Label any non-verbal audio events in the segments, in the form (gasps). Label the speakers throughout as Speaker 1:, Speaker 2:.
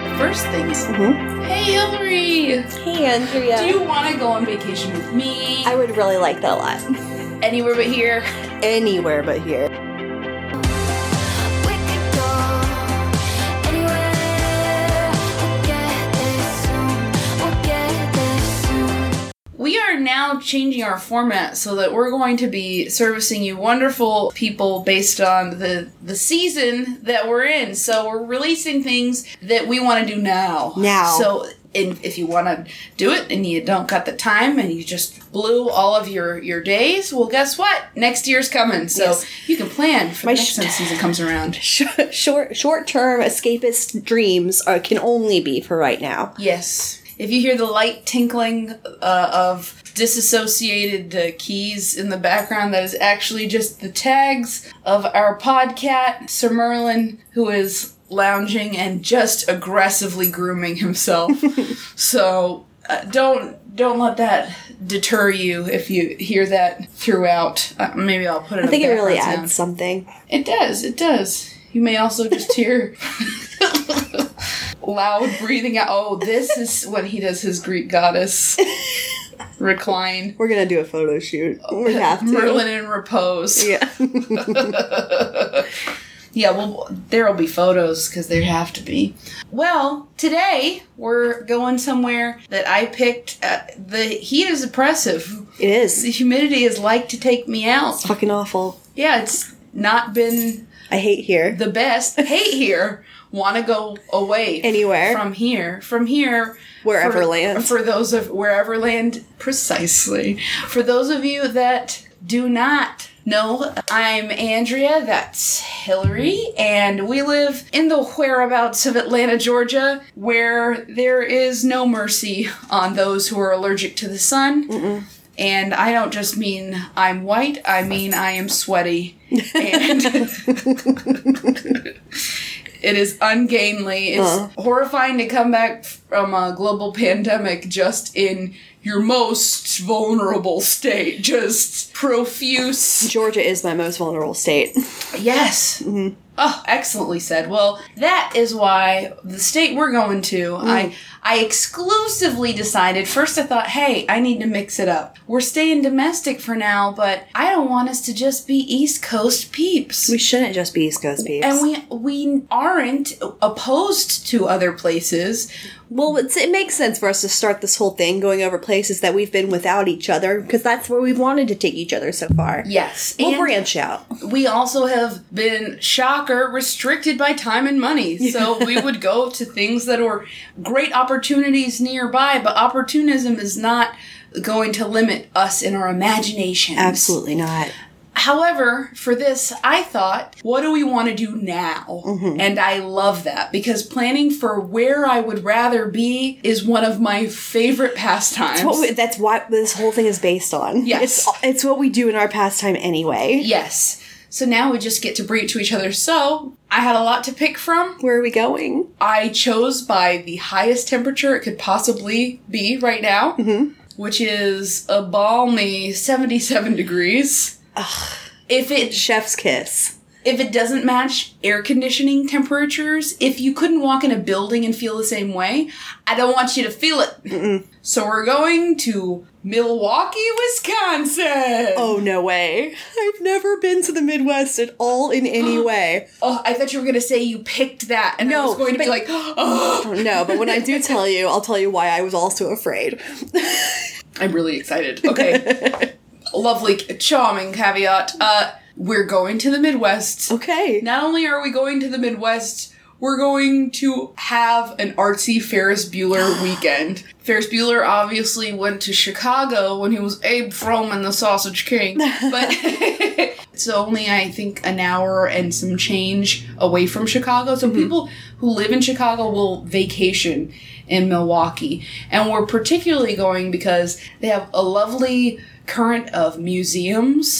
Speaker 1: first things.
Speaker 2: Mhm.
Speaker 1: Hey, Hillary!
Speaker 2: Hey, Andrea.
Speaker 1: Do you want to go on vacation with me?
Speaker 2: I would really like that a lot.
Speaker 1: Anywhere but here.
Speaker 2: Anywhere but here.
Speaker 3: We could go anywhere. We'll get there soon. We'll get there soon.
Speaker 1: We are now changing our format so that we're going to be servicing you wonderful people based on the the season that we're in. So we're releasing things that we want to do now.
Speaker 2: Now.
Speaker 1: So and if you want to do it and you don't got the time and you just blew all of your your days, well guess what? Next year's coming. So
Speaker 2: Yes.
Speaker 1: you can plan for
Speaker 2: My
Speaker 1: the next
Speaker 2: sh-
Speaker 1: time season comes
Speaker 2: (laughs)
Speaker 1: around.
Speaker 2: Short, short, short-term escapist dreams are, can only be for right now.
Speaker 1: Yes. If you hear the light tinkling uh, of disassociated uh, keys in the background, that is actually just the tags of our podcat, Sir Merlin, who is lounging and just aggressively grooming
Speaker 2: (laughs)
Speaker 1: himself. so uh, don't don't let that deter you if you hear that throughout. Uh, maybe I'll put it.
Speaker 2: I think it really adds
Speaker 1: adds.
Speaker 2: something.
Speaker 1: It does. It does. You may also just hear loud breathing out. Oh, this is when he does his Greek goddess recline.
Speaker 2: We're gonna do a photo shoot.
Speaker 1: (laughs)
Speaker 2: We have to.
Speaker 1: Merlin in repose.
Speaker 2: Yeah.
Speaker 1: Yeah, well, there'll be photos because there have to be. Well, today we're going somewhere that I picked. Uh, the heat is oppressive.
Speaker 2: it is.
Speaker 1: The humidity is like to take me out.
Speaker 2: Fucking awful.
Speaker 1: Yeah, it's not been
Speaker 2: I hate here.
Speaker 1: the best. Hate here. Want to go away
Speaker 2: Anywhere.
Speaker 1: from here. From here,
Speaker 2: Wherever
Speaker 1: for,
Speaker 2: land.
Speaker 1: For those of wherever land, precisely. For those of you that do not know, I'm Andrea. That's Hillary, and we live in the whereabouts of Atlanta, Georgia, where there is no mercy on those who are allergic to the sun. And I don't just mean I'm white, I mean I am sweaty. And it is ungainly. It's horrifying to come back from a global pandemic just in your most vulnerable state, just profuse.
Speaker 2: Georgia is my most vulnerable state.
Speaker 1: Yes. Oh, excellently said. Well, that is why the state we're going to, I I exclusively decided. First, I thought, hey, I need to mix it up. We're staying domestic for now, but I don't want us to just be East Coast peeps.
Speaker 2: We shouldn't just be East Coast peeps.
Speaker 1: and we we aren't opposed to other places.
Speaker 2: well, it's, it makes sense for us to start this whole thing going over places that we've been without each other because that's where we've wanted to take each other so far.
Speaker 1: Yes,
Speaker 2: We'll
Speaker 1: and
Speaker 2: branch out.
Speaker 1: we also have been shocker restricted by time and
Speaker 2: (laughs)
Speaker 1: money. So we would go to things that were great opportunities nearby, but opportunism is not going to limit us in our imagination.
Speaker 2: Absolutely not.
Speaker 1: However, for this, I thought, what do we want to do now?
Speaker 2: Mm-hmm.
Speaker 1: And I love that because planning for where I would rather be is one of my favorite pastimes.
Speaker 2: What we, that's what this whole thing is based on.
Speaker 1: Yes.
Speaker 2: It's, it's what we do in our pastime anyway.
Speaker 1: yes. So now we just get to breathe to each other. So I had a lot to pick from.
Speaker 2: Where are we going?
Speaker 1: I chose by the highest temperature it could possibly be right now, which is a balmy 77 degrees. If it
Speaker 2: Chef's kiss.
Speaker 1: if it doesn't match air conditioning temperatures, if you couldn't walk in a building and feel the same way, I don't want you to feel it. So we're going to Milwaukee, Wisconsin.
Speaker 2: Oh, no way. I've never been to the Midwest at all in any way.
Speaker 1: Oh, I thought you were going to say you picked that, and I
Speaker 2: No,
Speaker 1: was going to be
Speaker 2: but-
Speaker 1: like, (gasps) oh,
Speaker 2: No, but when I do tell you, I'll tell you why I was also afraid.
Speaker 1: I'm really excited. Okay.
Speaker 2: (laughs)
Speaker 1: Lovely, charming caveat. Uh, we're going to the
Speaker 2: Oh.
Speaker 1: Midwest.
Speaker 2: Okay.
Speaker 1: Not only are we going to the Midwest, we're going to have an artsy Ferris
Speaker 2: (gasps)
Speaker 1: Bueller weekend. Ferris Bueller obviously went to Chicago when he was Abe Froman the Sausage King, but
Speaker 2: (laughs)
Speaker 1: (laughs) it's only, I think, an hour and some change away from Chicago.
Speaker 2: Mm-hmm.
Speaker 1: So people who live in Chicago will vacation in Milwaukee. And we're particularly going because they have a lovely current of museums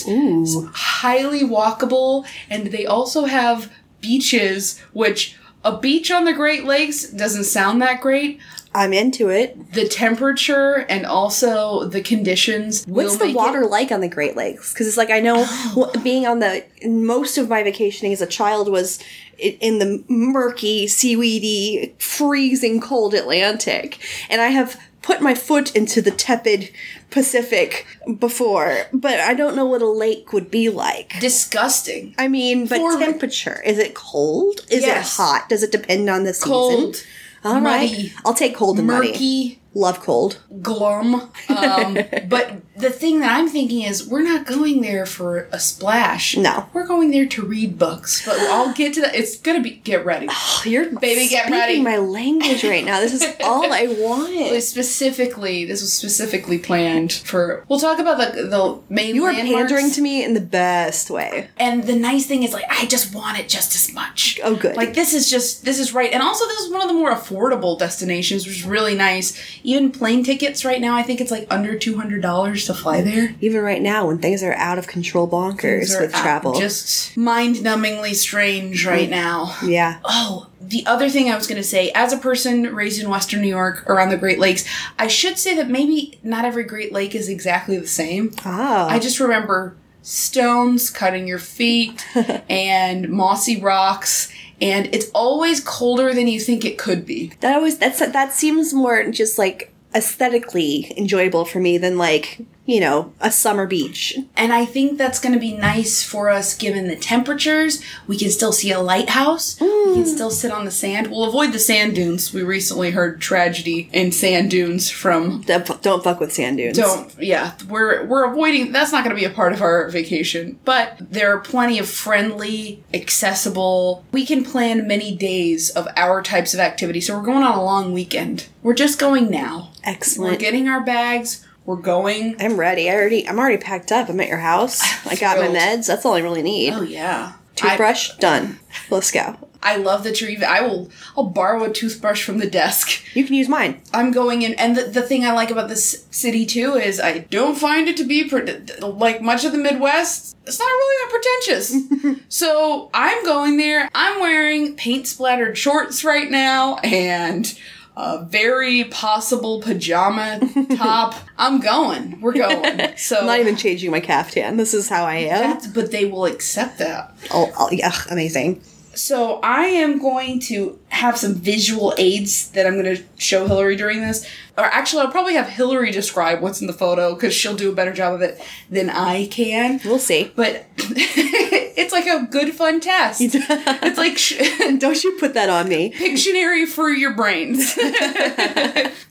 Speaker 1: highly walkable, and they also have beaches, which a beach on the Great Lakes doesn't sound that great.
Speaker 2: I'm into it.
Speaker 1: The temperature and also the conditions. will
Speaker 2: What's the
Speaker 1: make it- Oh.
Speaker 2: water like on the Great Lakes? Because it's like I know wh- being on the most of my vacationing as a child was i- in the murky, seaweedy, freezing cold Atlantic, and I have put my foot into the tepid Pacific before, but I don't know what a lake would be like.
Speaker 1: disgusting.
Speaker 2: I mean, but
Speaker 1: For-
Speaker 2: temperature is it cold? Is
Speaker 1: Yes.
Speaker 2: it hot? Does it depend on the season?
Speaker 1: Cold,
Speaker 2: All
Speaker 1: muddy,
Speaker 2: I'll take cold and muddy.
Speaker 1: murky,
Speaker 2: Love cold.
Speaker 1: glum.
Speaker 2: (laughs)
Speaker 1: Um, but the thing that I'm thinking is, we're not going there for a splash.
Speaker 2: No.
Speaker 1: we're going there to read books. But I'll get to that. It's gonna be get
Speaker 2: (sighs)
Speaker 1: ready. (sighs)
Speaker 2: You're
Speaker 1: Baby, get
Speaker 2: speaking
Speaker 1: ready.
Speaker 2: my language right now.
Speaker 1: (laughs)
Speaker 2: This is all I want.
Speaker 1: specifically, this was specifically planned for. We'll talk about the the main.
Speaker 2: You are
Speaker 1: landmarks.
Speaker 2: pandering to me in the best way.
Speaker 1: And the nice thing is, like, I just want it just as much.
Speaker 2: Oh, good.
Speaker 1: Like, this is just, this is right. And also, this is one of the more affordable destinations, which is really nice. Even plane tickets right now, I think it's like under $200 to fly there.
Speaker 2: Even right now, when things are out of control, bonkers
Speaker 1: Things are
Speaker 2: with
Speaker 1: out-
Speaker 2: travel.
Speaker 1: Just mind numbingly strange right now.
Speaker 2: yeah,
Speaker 1: (sighs) Oh, the other thing I was going to say, as a person raised in Western New York around the Great Lakes, I should say that maybe not every Great Lake is exactly the same.
Speaker 2: Ah.
Speaker 1: I just remember stones cutting your feet and mossy rocks, and it's always colder than you think it could be.
Speaker 2: that always that's that seems more just like aesthetically enjoyable for me than like you know a summer beach.
Speaker 1: And I think that's going to be nice for us given the temperatures. We can still see a lighthouse. We can still sit on the sand. We'll avoid the sand dunes. We recently heard tragedy in sand dunes from
Speaker 2: Don't fu- don't fuck with sand dunes.
Speaker 1: don't yeah we're we're avoiding that's not going to be a part of our vacation but there are plenty of friendly accessible we can plan many days of our types of activity so we're going on a long weekend we're just going now we're
Speaker 2: Excellent.
Speaker 1: getting our bags we're going
Speaker 2: I'm ready. I already I'm already packed up. I'm at your house. I got my
Speaker 1: Thrilled.
Speaker 2: meds. That's all I really need.
Speaker 1: oh yeah I,
Speaker 2: Toothbrush done. Let's go.
Speaker 1: I love that you're even i will i'll borrow a toothbrush from the desk
Speaker 2: You can use mine.
Speaker 1: I'm going in, and the, the thing I like about this city too is I don't find it to be pre- like much of the Midwest. It's not really that
Speaker 2: (laughs)
Speaker 1: pretentious. so I'm going there. I'm wearing paint splattered shorts right now and a very possible pajama
Speaker 2: (laughs)
Speaker 1: top. I'm going. We're going. So
Speaker 2: I'm not even changing my caftan. This is how I am.
Speaker 1: that's, but they will accept that.
Speaker 2: Oh, oh, yeah, amazing.
Speaker 1: So I am going to have some visual aids that I'm going to show Hillary during this. Or actually, I'll probably have Hillary describe what's in the photo because she'll do a better job of it than I can.
Speaker 2: We'll see.
Speaker 1: But (laughs) it's like a good fun test. it's like sh-
Speaker 2: (laughs)
Speaker 1: (laughs)
Speaker 2: Don't you put that on me.
Speaker 1: Pictionary for your brains. (laughs)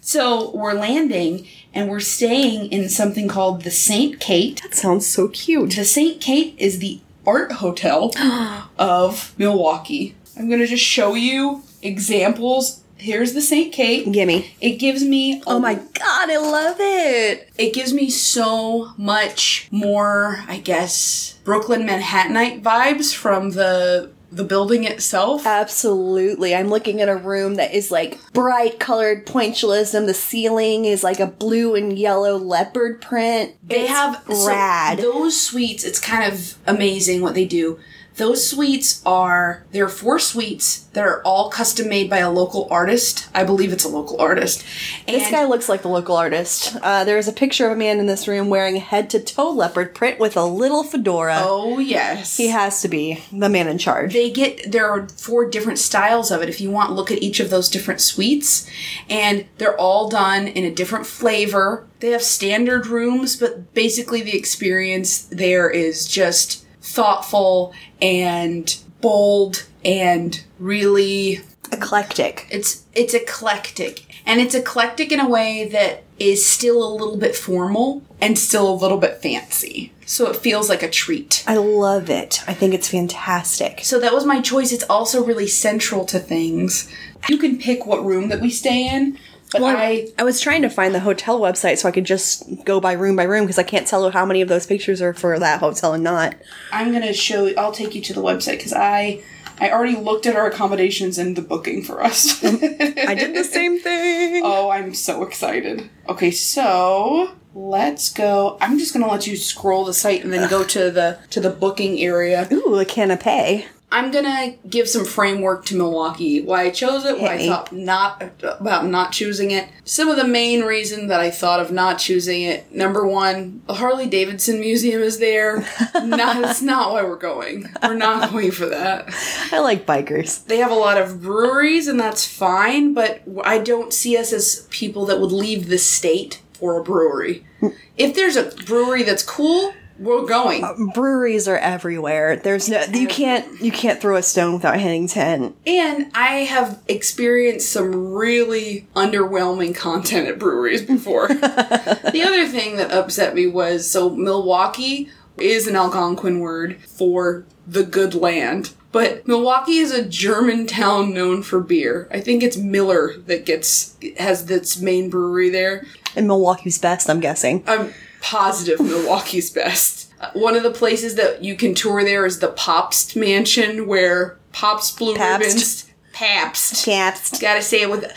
Speaker 1: so we're landing and we're staying in something called the St. Kate.
Speaker 2: That sounds so cute.
Speaker 1: The St. Kate is the art
Speaker 2: (gasps)
Speaker 1: hotel
Speaker 2: Oh.
Speaker 1: of Milwaukee. I'm going to just show you examples. Here's the St. Kate.
Speaker 2: Gimme.
Speaker 1: It gives me
Speaker 2: Oh my god, I love it.
Speaker 1: it gives me so much more, I guess, Brooklyn Manhattanite vibes from the the building itself.
Speaker 2: Absolutely. I'm looking at a room that is like bright colored pointillism. The ceiling is like a blue and yellow leopard print.
Speaker 1: they
Speaker 2: It's
Speaker 1: have so
Speaker 2: rad.
Speaker 1: those suites it's kind of amazing what they do those suites are there are four suites that are all custom made by a local artist i believe it's a local artist and
Speaker 2: this guy looks like the local artist. Uh, there is a picture of a man in this room wearing head to toe leopard print with a little fedora.
Speaker 1: oh yes
Speaker 2: He has to be the man in charge.
Speaker 1: they get there are four different styles of it if you want look at each of those different suites and they're all done in a different flavor they have standard rooms but basically the experience there is just thoughtful and bold and really
Speaker 2: Eclectic.
Speaker 1: it's it's eclectic and it's eclectic in a way that is still a little bit formal and still a little bit fancy so it feels like a treat
Speaker 2: I love it. I think it's fantastic.
Speaker 1: so that was my choice. It's also really central to things. You can pick what room that we stay in, but I
Speaker 2: I was trying to find the hotel website so I could just go by room by room because I can't tell how many of those pictures are for that hotel and not.
Speaker 1: I'm gonna show. I'll take you to the website because I I already looked at our accommodations and the booking for us. (laughs)
Speaker 2: I did the same (laughs) thing.
Speaker 1: oh, I'm so excited. Okay, so let's go. I'm just gonna let you scroll the site and then go to the to the booking area.
Speaker 2: Ooh, a canapé.
Speaker 1: I'm gonna give some framework to Milwaukee. Why I chose it, why
Speaker 2: Hit
Speaker 1: I
Speaker 2: me.
Speaker 1: thought not about not choosing it. Some of the main reason that I thought of not choosing it. Number one, the Harley Davidson Museum is
Speaker 2: (laughs)
Speaker 1: there. not, that's not why we're going. We're not (laughs) going for that.
Speaker 2: I like bikers.
Speaker 1: They have a lot of breweries, and that's fine. But I don't see us as people that would leave the state for a brewery.
Speaker 2: Hmm.
Speaker 1: If there's a brewery that's cool, we're going.
Speaker 2: Breweries are everywhere. There's no you can't you can't throw a stone without hitting ten.
Speaker 1: And I have experienced some really underwhelming content at breweries before. the other thing that upset me was so Milwaukee is an Algonquin word for the good land. But Milwaukee is a German town known for beer. I think it's Miller that gets has its main brewery there.
Speaker 2: And Milwaukee's best, I'm guessing.
Speaker 1: I'm positive Milwaukee's best. Uh, One of the places that you can tour there is the Pabst Mansion, where Pabst Blue
Speaker 2: Pabst.
Speaker 1: Ribbons, Pabst,
Speaker 2: Gaps.
Speaker 1: Gotta say it with.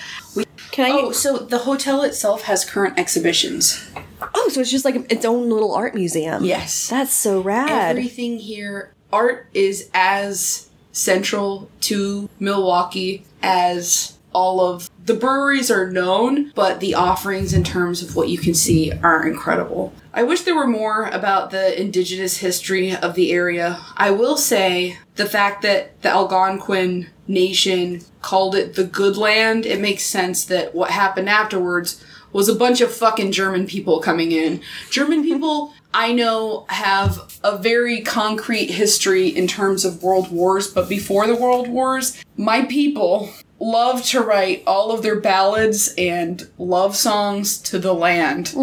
Speaker 2: Can I?
Speaker 1: Oh,
Speaker 2: Oh.
Speaker 1: so the hotel itself has current exhibitions.
Speaker 2: oh, so it's just like its own little art museum.
Speaker 1: Yes.
Speaker 2: That's so rad.
Speaker 1: Everything here, art is as central to Milwaukee as all of the breweries are known, but the offerings in terms of what you can see are incredible. I wish there were more about the indigenous history of the area. I will say the fact that the Algonquin nation called it the good land, it makes sense that what happened afterwards was a bunch of fucking German people coming in. German people, I know, have a very concrete history in terms of world wars, but before the world wars, my people love to write all of their ballads and love songs to the land.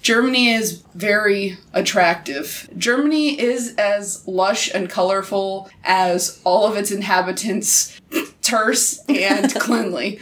Speaker 1: Germany is very attractive. Germany is as lush and colorful as all of its inhabitants, terse and cleanly.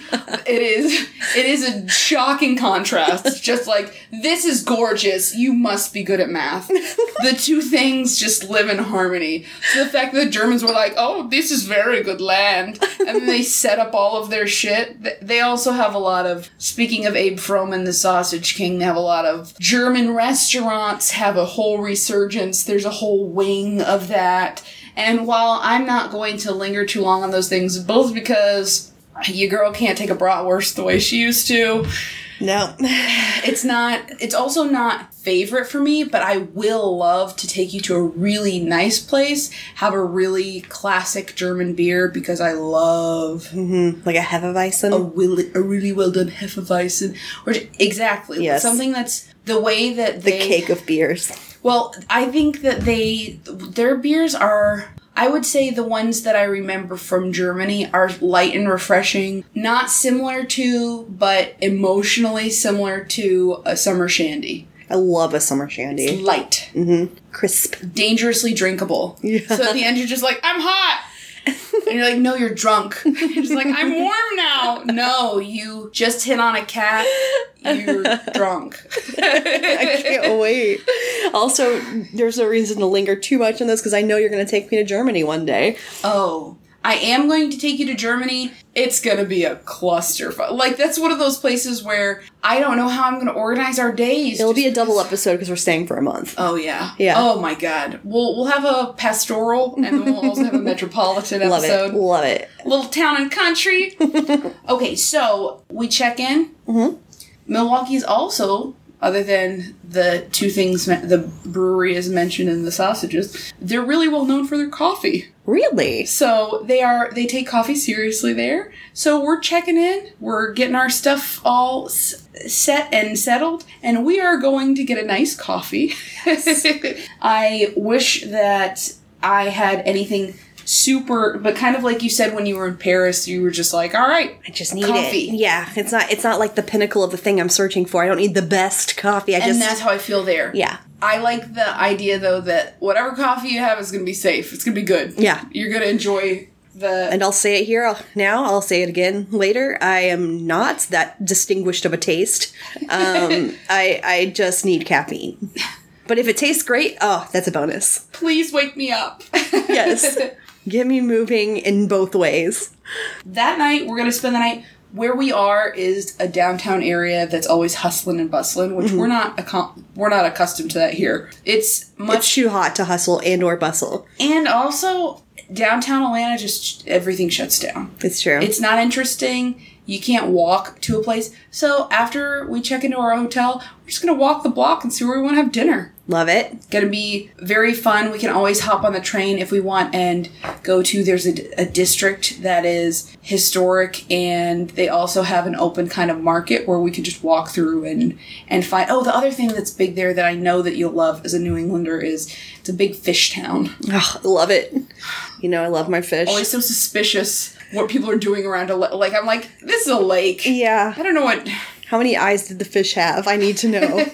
Speaker 1: It is it is a shocking contrast. It's just like this is gorgeous, you must be good at math. The two things just live in harmony. So the fact that the Germans were like, "Oh, this is very good land." And then they set up all of their shit. Th- They also have a lot of speaking of Abe Froman the Sausage King, they have a lot of German restaurants have a whole resurgence. There's a whole wing of that. And while I'm not going to linger too long on those things, both because your girl can't take a bratwurst the way she used to,
Speaker 2: (laughs) no.
Speaker 1: it's not it's also not favorite for me but i will love to take you to a really nice place have a really classic german beer because i love
Speaker 2: like a hefeweizen.
Speaker 1: a, will- a really well done hefeweizen or exactly
Speaker 2: Yes.
Speaker 1: something that's the way that
Speaker 2: the
Speaker 1: they
Speaker 2: cake of beers.
Speaker 1: well, I think that they their beers are I would say the ones that I remember from Germany are light and refreshing, not similar to but emotionally similar to a summer shandy.
Speaker 2: I love a summer shandy.
Speaker 1: Light,
Speaker 2: Crisp. (laughs)
Speaker 1: dangerously drinkable. So at the end you're just like, "I'm hot." And you're like, "No, you're drunk." (laughs) You're just like, "I'm warm now." No, you just hit on a cat. You're drunk.
Speaker 2: Can't wait. Also, there's no reason to linger too much on this because I know you're going to take me to Germany one day.
Speaker 1: oh, I am going to take you to Germany. It's going to be a clusterfuck. Like, that's one of those places where I don't know how I'm going to organize our days.
Speaker 2: It'll be a double episode because we're staying for a month.
Speaker 1: Oh yeah,
Speaker 2: Yeah.
Speaker 1: Oh my God, we'll we'll have a pastoral and then we'll
Speaker 2: (laughs)
Speaker 1: also have a metropolitan
Speaker 2: Love
Speaker 1: episode.
Speaker 2: it. Love it.
Speaker 1: Little town and
Speaker 2: (laughs)
Speaker 1: country. okay, so we check in. Mm-hmm. Milwaukee's also, other than the two things me- the brewery is mentioned in the sausages, they're really well known for their coffee.
Speaker 2: Really?
Speaker 1: So they are they take coffee seriously there. So we're checking in, we're getting our stuff all s- set and settled, and we are going to get a nice coffee. (laughs) I wish that I had anything super, but kind of like you said when you were in Paris, you were just like, all right,
Speaker 2: I just need
Speaker 1: Coffee.
Speaker 2: it. Yeah, it's not. It's not like the pinnacle of the thing I'm searching for. I don't need the best coffee. I
Speaker 1: and
Speaker 2: just
Speaker 1: that's how I feel there.
Speaker 2: yeah.
Speaker 1: I like the idea though that whatever coffee you have is going to be safe. It's going to be good.
Speaker 2: Yeah.
Speaker 1: you're going to enjoy the
Speaker 2: And I'll say it here I'll, now. I'll say it again later. I am not that distinguished of a taste. Um, (laughs) I I just need caffeine. But if it tastes great, oh, that's a bonus.
Speaker 1: please wake me up. (laughs)
Speaker 2: Yes. Get me moving in both ways.
Speaker 1: that night we're gonna spend the night where we are is a downtown area that's always hustling and bustling, which we're not accom- we're not accustomed to that here. It's
Speaker 2: It's
Speaker 1: much
Speaker 2: too hot to hustle and or bustle.
Speaker 1: and also downtown Atlanta just everything shuts down.
Speaker 2: It's true.
Speaker 1: It's not interesting. You can't walk to a place. So after we check into our hotel, we're just gonna walk the block and see where we want to have dinner.
Speaker 2: Love it.
Speaker 1: Gonna be very fun. We can always hop on the train if we want and go to. There's a, a district that is historic, and they also have an open kind of market where we can just walk through and and find. Oh, the other thing that's big there that I know that you'll love as a New Englander is it's a big fish town.
Speaker 2: Ugh, love it. You know I love my fish.
Speaker 1: Always so suspicious what people are doing around a lake. Like I'm like, this is a lake. I
Speaker 2: yeah.
Speaker 1: don't know what.
Speaker 2: How many eyes did the fish have? I need to (laughs) know.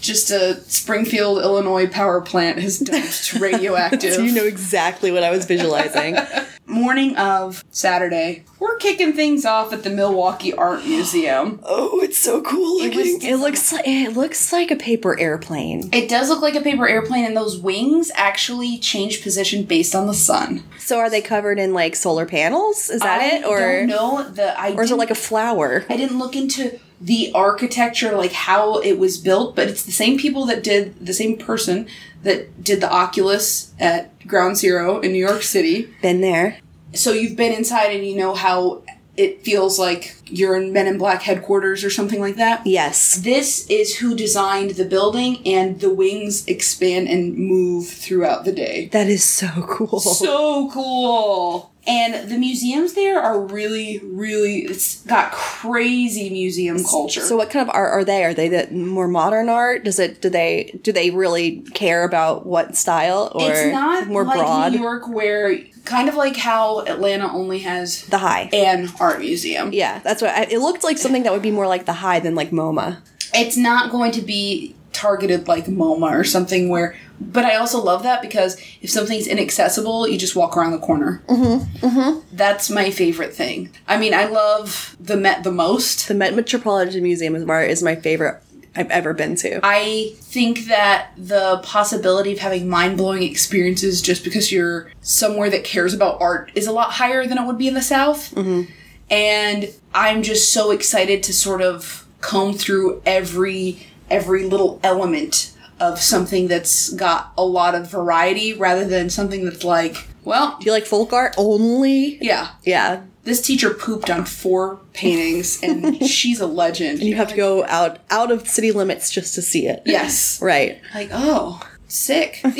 Speaker 1: Just a Springfield, Illinois power plant has dumped
Speaker 2: (laughs)
Speaker 1: radioactive.
Speaker 2: so you know exactly what I was visualizing.
Speaker 1: Morning of Saturday, we're kicking things off at the Milwaukee Art Museum.
Speaker 2: (laughs) oh, it's so cool looking.
Speaker 1: was-
Speaker 2: It, looks like it looks like a paper airplane.
Speaker 1: It does look like a paper airplane, and those wings actually change position based on the sun.
Speaker 2: So are they covered in like solar panels? Is that it, or
Speaker 1: don't know the I
Speaker 2: or is it
Speaker 1: didn't-
Speaker 2: like a flower?
Speaker 1: I didn't look into the architecture, like how it was built, but it's the same people that did the same person that did the Oculus at Ground Zero in New York City.
Speaker 2: Been there.
Speaker 1: so you've been inside and you know how it feels like you're in Men in Black headquarters or something like that.
Speaker 2: Yes.
Speaker 1: This is who designed the building, and the wings expand and move throughout the day.
Speaker 2: That is so cool.
Speaker 1: So cool! And the museums there are really, really, it's got crazy museum culture.
Speaker 2: So what kind of art are they? Are they the more modern art? Does it do they do they really care about what style or
Speaker 1: it's not
Speaker 2: more
Speaker 1: like
Speaker 2: broad?
Speaker 1: New York, where kind of like how Atlanta only has
Speaker 2: the high.
Speaker 1: an art museum.
Speaker 2: yeah, that's what I, it looked like. Something that would be more like the high than like MoMA.
Speaker 1: it's not going to be targeted like MoMA or something where but I also love that because if something's inaccessible, you just walk around the corner. Mm-hmm. Mm-hmm. That's my favorite thing. I mean, I love the Met the most.
Speaker 2: The Met Metropolitan Museum of Art is my favorite I've ever been to.
Speaker 1: I think that the possibility of having mind blowing experiences just because you're somewhere that cares about art is a lot higher than it would be in the South. And I'm just so excited to sort of comb through every every little element of something that's got a lot of variety rather than something that's like, well,
Speaker 2: do you like folk art only?
Speaker 1: yeah,
Speaker 2: Yeah.
Speaker 1: this teacher pooped on four paintings and she's a legend.
Speaker 2: You have to go out out of city limits just to see it.
Speaker 1: yes.
Speaker 2: Right.
Speaker 1: like oh sick and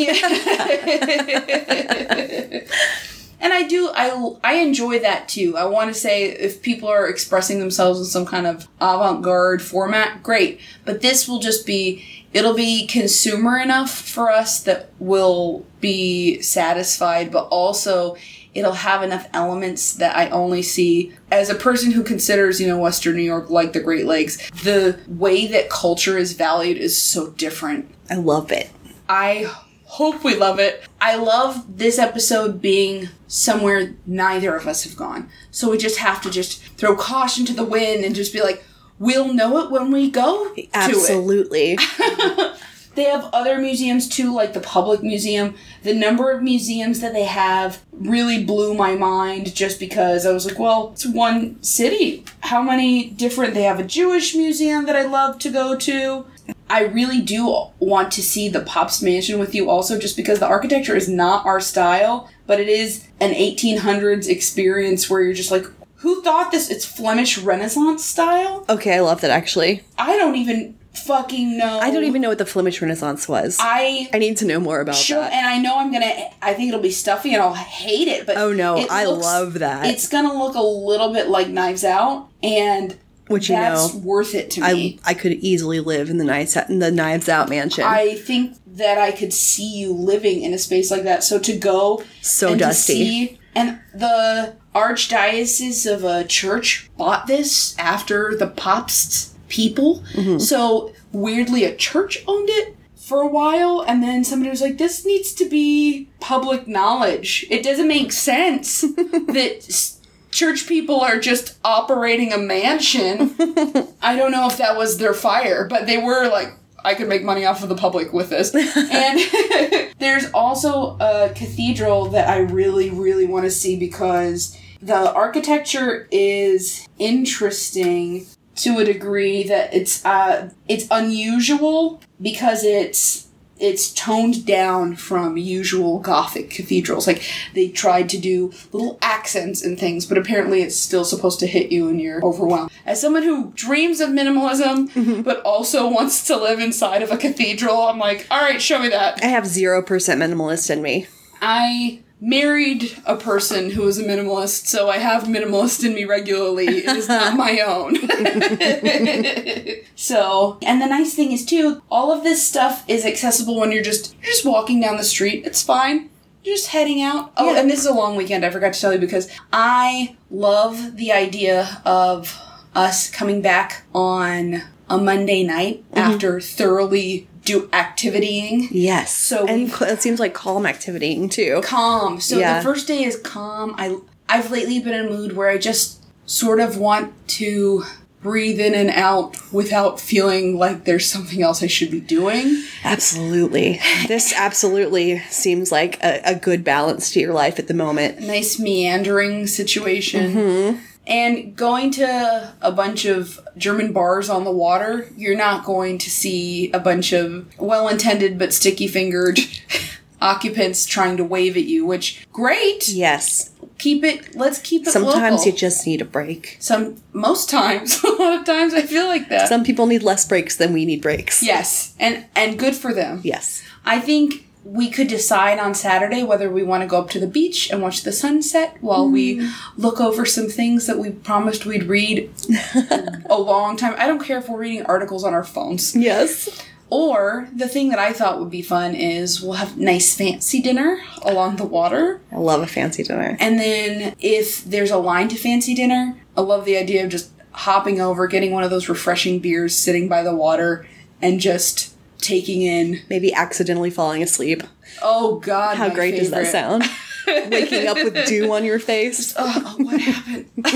Speaker 1: i do i i enjoy that too i want to say if people are expressing themselves in some kind of avant-garde format great but this will just be it'll be consumer enough for us that we'll be satisfied but also it'll have enough elements that I only see as a person who considers, you know, Western New York like the Great Lakes. The way that culture is valued is so different.
Speaker 2: I love it.
Speaker 1: I hope we love it. I love this episode being somewhere neither of us have gone. So we just have to just throw caution to the wind and just be like, we'll know it when we go to it. (laughs)
Speaker 2: Absolutely.
Speaker 1: They have other museums too, like the public museum. The number of museums that they have really blew my mind just because I was like, well, it's one city. How many different? They have a Jewish museum that I love to go to. I really do want to see the Pops Mansion with you also just because the architecture is not our style, but it is an 1800s experience where you're just like, who thought this? It's Flemish Renaissance style?
Speaker 2: okay, I love that actually.
Speaker 1: I don't even fucking know.
Speaker 2: I don't even know what the Flemish Renaissance was. I,
Speaker 1: Oh. I
Speaker 2: need to know more about
Speaker 1: Sure,
Speaker 2: that.
Speaker 1: and I know I'm gonna. I think it'll be stuffy, and I'll hate it. But
Speaker 2: Oh, no,
Speaker 1: it
Speaker 2: I love that.
Speaker 1: It's gonna look a little bit like Knives Out, and
Speaker 2: Which you
Speaker 1: that's
Speaker 2: know,
Speaker 1: worth it to
Speaker 2: I
Speaker 1: me.
Speaker 2: I could easily live in the knives in the Knives Out mansion.
Speaker 1: I, think that I could see you living in a space like that. So to go
Speaker 2: So
Speaker 1: and to
Speaker 2: dusty.
Speaker 1: see- and the archdiocese of a church bought this after the Pabst people.
Speaker 2: Mm-hmm.
Speaker 1: So weirdly, a church owned it for a while, and then somebody was like, "This needs to be public knowledge. It doesn't make
Speaker 2: (laughs)
Speaker 1: sense that." s- Church people are just operating a
Speaker 2: (laughs)
Speaker 1: mansion. I don't know if that was their fire, but they were like, I could make money off of the public with this. (laughs) And there's also a cathedral that I really, really want to see because The architecture is interesting to a degree that it's uh it's unusual because it's it's toned down from usual gothic cathedrals like they tried to do little accents and things but apparently it's still supposed to hit you and you're overwhelmed as someone who dreams of minimalism but also (laughs) wants to live inside of a cathedral i'm like all right show me that
Speaker 2: I have 0% minimalist in me.
Speaker 1: I married a person who is a minimalist, so I have minimalist in me regularly. It is not my own. (laughs) so, and the nice thing is too, all of this stuff is accessible when you're just you're just walking down the street. It's fine. You're Just heading out. Oh, and this is a long weekend. I forgot to tell you because I love the idea of us coming back on a Monday night after thoroughly do activitying.
Speaker 2: Yes.
Speaker 1: So
Speaker 2: and
Speaker 1: we-
Speaker 2: cl- it seems like calm activity too.
Speaker 1: calm. So
Speaker 2: Yeah.
Speaker 1: the first day is calm. I I've lately been in a mood where I just sort of want to breathe in and out without feeling like there's something else I should be doing.
Speaker 2: (laughs) Absolutely. This absolutely seems like a, a good balance to your life at the moment.
Speaker 1: Nice meandering situation.
Speaker 2: Mm-hmm.
Speaker 1: And going to a bunch of German bars on the water, you're not going to see a bunch of well intended but sticky fingered (laughs) occupants trying to wave at you, which great.
Speaker 2: Yes.
Speaker 1: Keep it let's keep it
Speaker 2: Sometimes
Speaker 1: local.
Speaker 2: you just need a break.
Speaker 1: some most times (laughs) a lot of times i feel like that
Speaker 2: Some people need less breaks than we need breaks.
Speaker 1: yes and and good for them
Speaker 2: Yes.
Speaker 1: i think we could decide on saturday whether we want to go up to the beach and watch the sunset while we look over some things that we promised we'd read a long time i don't care if we're reading articles on our phones
Speaker 2: Yes.
Speaker 1: or the thing that i thought would be fun is we'll have nice fancy dinner along the water
Speaker 2: I love a fancy dinner.
Speaker 1: and then if there's a line to fancy dinner, I love the idea of just hopping over, getting one of those refreshing beers, sitting by the water, and just taking in.
Speaker 2: Maybe accidentally falling asleep.
Speaker 1: Oh God,
Speaker 2: How
Speaker 1: my
Speaker 2: great does that
Speaker 1: favorite.
Speaker 2: sound? (laughs) Waking up with dew on your face.
Speaker 1: (laughs) Oh, what happened? (laughs)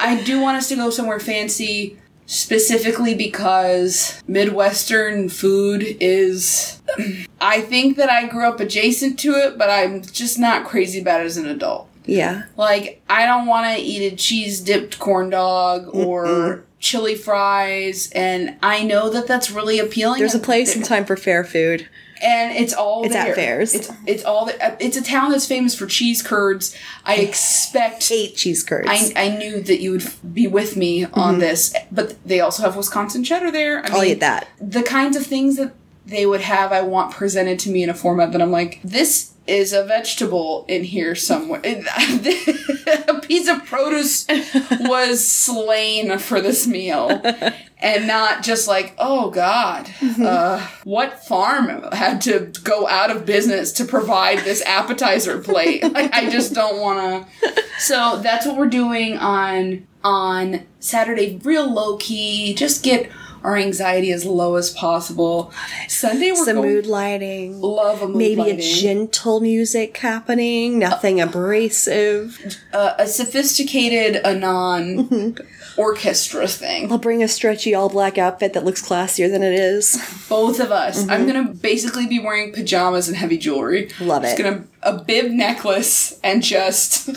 Speaker 1: I do want us to go somewhere fancy, specifically because Midwestern food is. (clears throat) I think that I grew up adjacent to it, but I'm just not crazy about it as an adult.
Speaker 2: Yeah.
Speaker 1: Like, I don't want to eat a cheese dipped corn dog
Speaker 2: Mm-hmm.
Speaker 1: or chili fries, and I know that that's really appealing.
Speaker 2: There's a place in time for fair food.
Speaker 1: and it's all
Speaker 2: It's at
Speaker 1: there.
Speaker 2: fairs.
Speaker 1: It's it's all there. It's a town that's famous for cheese curds. I expect.
Speaker 2: Eight cheese curds.
Speaker 1: I, I knew that you would f- be with me on this, but they also have Wisconsin cheddar there. I
Speaker 2: Mm-hmm. I'll
Speaker 1: mean,
Speaker 2: eat that.
Speaker 1: the kinds of things that they would have I want presented to me in a format that I'm like, this is a vegetable in here somewhere. (laughs) a piece of produce was slain for this meal. And not just like, oh God,
Speaker 2: Mm-hmm.
Speaker 1: uh, what farm had to go out of business to provide this appetizer
Speaker 2: (laughs)
Speaker 1: plate? Like, I just don't want to. So that's what we're doing on on Saturday, real low key. Just get our anxiety as low as possible. Sunday we're
Speaker 2: Some
Speaker 1: going
Speaker 2: mood lighting.
Speaker 1: love a mood
Speaker 2: Maybe
Speaker 1: lighting.
Speaker 2: a gentle music happening, nothing abrasive.
Speaker 1: Uh, a sophisticated anon
Speaker 2: Mm-hmm.
Speaker 1: orchestra thing.
Speaker 2: I'll bring a stretchy all black outfit that looks classier than it
Speaker 1: (laughs)
Speaker 2: is.
Speaker 1: Both of us. I'm gonna basically be wearing pajamas and heavy jewelry.
Speaker 2: Mm-hmm. Love
Speaker 1: Just
Speaker 2: it.
Speaker 1: gonna a bib necklace and just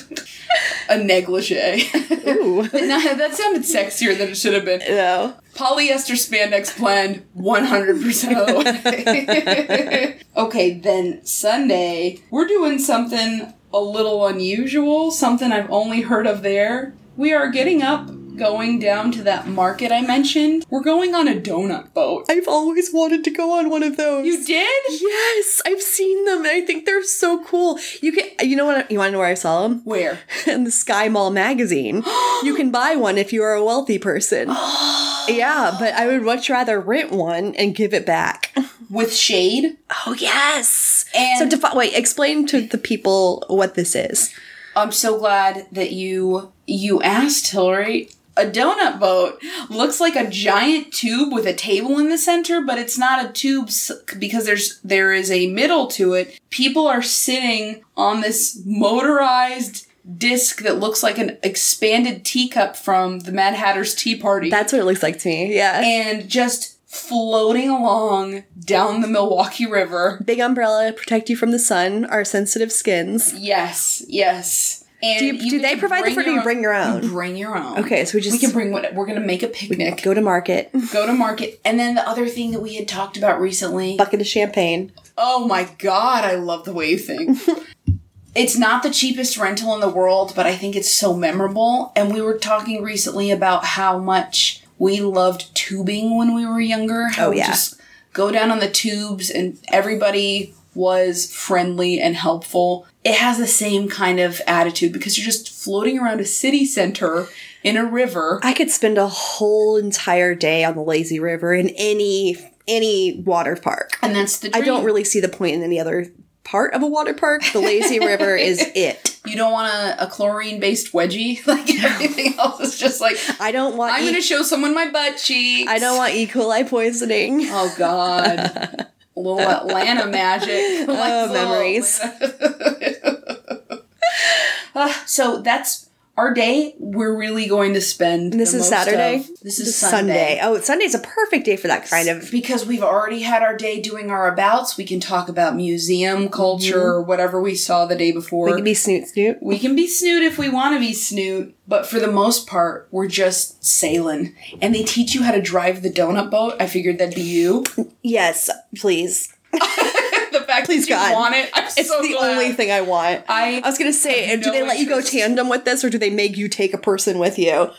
Speaker 1: (laughs) a negligee. (laughs)
Speaker 2: Ooh.
Speaker 1: No, that sounded sexier than it should have been.
Speaker 2: No.
Speaker 1: Polyester spandex blend, 100% of the way.
Speaker 2: (laughs)
Speaker 1: okay, then Sunday, we're doing something a little unusual, something I've only heard of there. We are getting up, going down to that market I mentioned. We're going on a donut boat.
Speaker 2: I've always wanted to go on one of those.
Speaker 1: You did?
Speaker 2: Yes, I've seen them and I think they're so cool. You can you know what you want to know where I saw them?
Speaker 1: Where?
Speaker 2: (laughs) in the Sky
Speaker 1: (gasps)
Speaker 2: Mall magazine. you can buy one if you are a wealthy person. yeah, but I would much rather rent one and give it back.
Speaker 1: With shade?
Speaker 2: Oh yes.
Speaker 1: And-
Speaker 2: so defi- wait, explain to the people what this is.
Speaker 1: I'm so glad that you you asked Hillary. A donut boat looks like a giant tube with a table in the center, but it's not a tube s- because there's there is a middle to it. People are sitting on this motorized disc that looks like an expanded teacup from the Mad Hatter's Tea Party
Speaker 2: That's what it looks like to me. Yeah.
Speaker 1: and just floating along down the Milwaukee River.
Speaker 2: Big umbrella protect you from the sun, our sensitive skins.
Speaker 1: Yes, yes. And
Speaker 2: Do, you,
Speaker 1: you can
Speaker 2: do they provide the food or you bring your
Speaker 1: You
Speaker 2: own?
Speaker 1: bring your own.
Speaker 2: Okay, so we just
Speaker 1: We can bring what we're gonna make a picnic.
Speaker 2: go
Speaker 1: (laughs)
Speaker 2: to market,
Speaker 1: Go to market, and then the other thing that we had talked about recently.
Speaker 2: bucket of champagne.
Speaker 1: Oh my god, I love the wave
Speaker 2: (laughs)
Speaker 1: thing. it's not the cheapest rental in the world, but I think it's so memorable. And we were talking recently about how much we loved tubing when we were younger. How
Speaker 2: Oh,
Speaker 1: we
Speaker 2: yeah.
Speaker 1: just go down on the tubes and everybody was friendly and helpful. It has the same kind of attitude because you're just floating around a city center in a river.
Speaker 2: I could spend a whole entire day on the lazy river in any any water park.
Speaker 1: and that's the
Speaker 2: I
Speaker 1: dream.
Speaker 2: don't really see the point in any other part of a water park. The
Speaker 1: (laughs)
Speaker 2: lazy river is it.
Speaker 1: You don't want a, a chlorine based wedgie. (laughs) Like everything else is just like
Speaker 2: I don't want.
Speaker 1: I'm
Speaker 2: E-
Speaker 1: going to show someone my butt cheeks.
Speaker 2: I don't want E. coli poisoning.
Speaker 1: Oh God.
Speaker 2: (laughs)
Speaker 1: Little Atlanta magic. Like
Speaker 2: Oh,
Speaker 1: little
Speaker 2: memories.
Speaker 1: Atlanta. (laughs) Ah, so that's our day. We're really going to spend.
Speaker 2: This
Speaker 1: the
Speaker 2: is
Speaker 1: most
Speaker 2: Saturday.
Speaker 1: of- This is
Speaker 2: This
Speaker 1: Sunday.
Speaker 2: Oh, Sunday's a perfect day for that kind of.
Speaker 1: Because we've already had our day doing our abouts, we can talk about museum culture or whatever we saw the day before.
Speaker 2: Mm-hmm. We can be snoot snoot.
Speaker 1: we can be snoot if we want to be snoot, but for the most part, we're just sailing. And they teach you how to drive the donut boat. I figured that'd be
Speaker 2: (laughs)
Speaker 1: you.
Speaker 2: Yes, please.
Speaker 1: the fact
Speaker 2: Please,
Speaker 1: that you
Speaker 2: God.
Speaker 1: want it. I'm
Speaker 2: It's
Speaker 1: so
Speaker 2: the
Speaker 1: glad.
Speaker 2: only thing I want.
Speaker 1: I-
Speaker 2: I was gonna say,
Speaker 1: have
Speaker 2: do
Speaker 1: no
Speaker 2: they let you go
Speaker 1: interest.
Speaker 2: tandem with this, or do they make you take a person with you?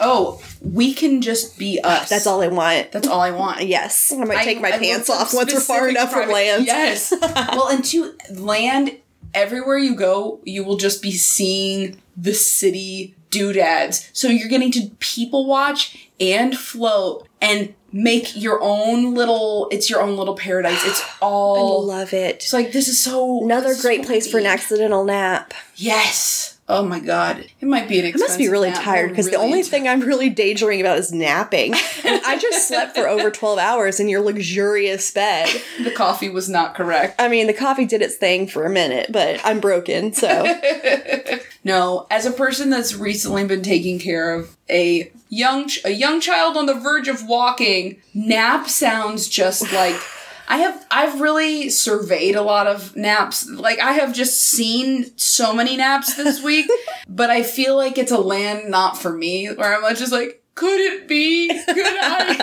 Speaker 1: Oh, we can just be us.
Speaker 2: That's all I want.
Speaker 1: That's all I want.
Speaker 2: Yes, I might
Speaker 1: I-
Speaker 2: take my
Speaker 1: I love
Speaker 2: pants
Speaker 1: the
Speaker 2: off once we're far
Speaker 1: specific
Speaker 2: enough from
Speaker 1: private-
Speaker 2: land. (laughs)
Speaker 1: Yes. well, and to land everywhere you go, you will just be seeing the city doodads. So you're getting to people watch and float and make your own little. It's your own little paradise.
Speaker 2: (gasps)
Speaker 1: It's
Speaker 2: I
Speaker 1: all.
Speaker 2: love it.
Speaker 1: It's like this is so
Speaker 2: Another
Speaker 1: this is
Speaker 2: great
Speaker 1: so
Speaker 2: place for an
Speaker 1: neat.
Speaker 2: accidental nap.
Speaker 1: Yes. Oh my god, it might be an.
Speaker 2: I must be really tired because the only thing I'm really daydreaming about is
Speaker 1: (laughs)
Speaker 2: napping. And I just slept for over 12 hours in your luxurious bed.
Speaker 1: the coffee was not correct.
Speaker 2: I mean, the coffee did its thing for a minute, but I'm broken, so
Speaker 1: No, as a person that's recently been taking care of a young ch- a young child on the verge of walking, nap sounds just like I have I've really surveyed a lot of naps. Like I have just seen so many naps this week, but I feel like it's a land not for me where I'm just like could it be? Could I?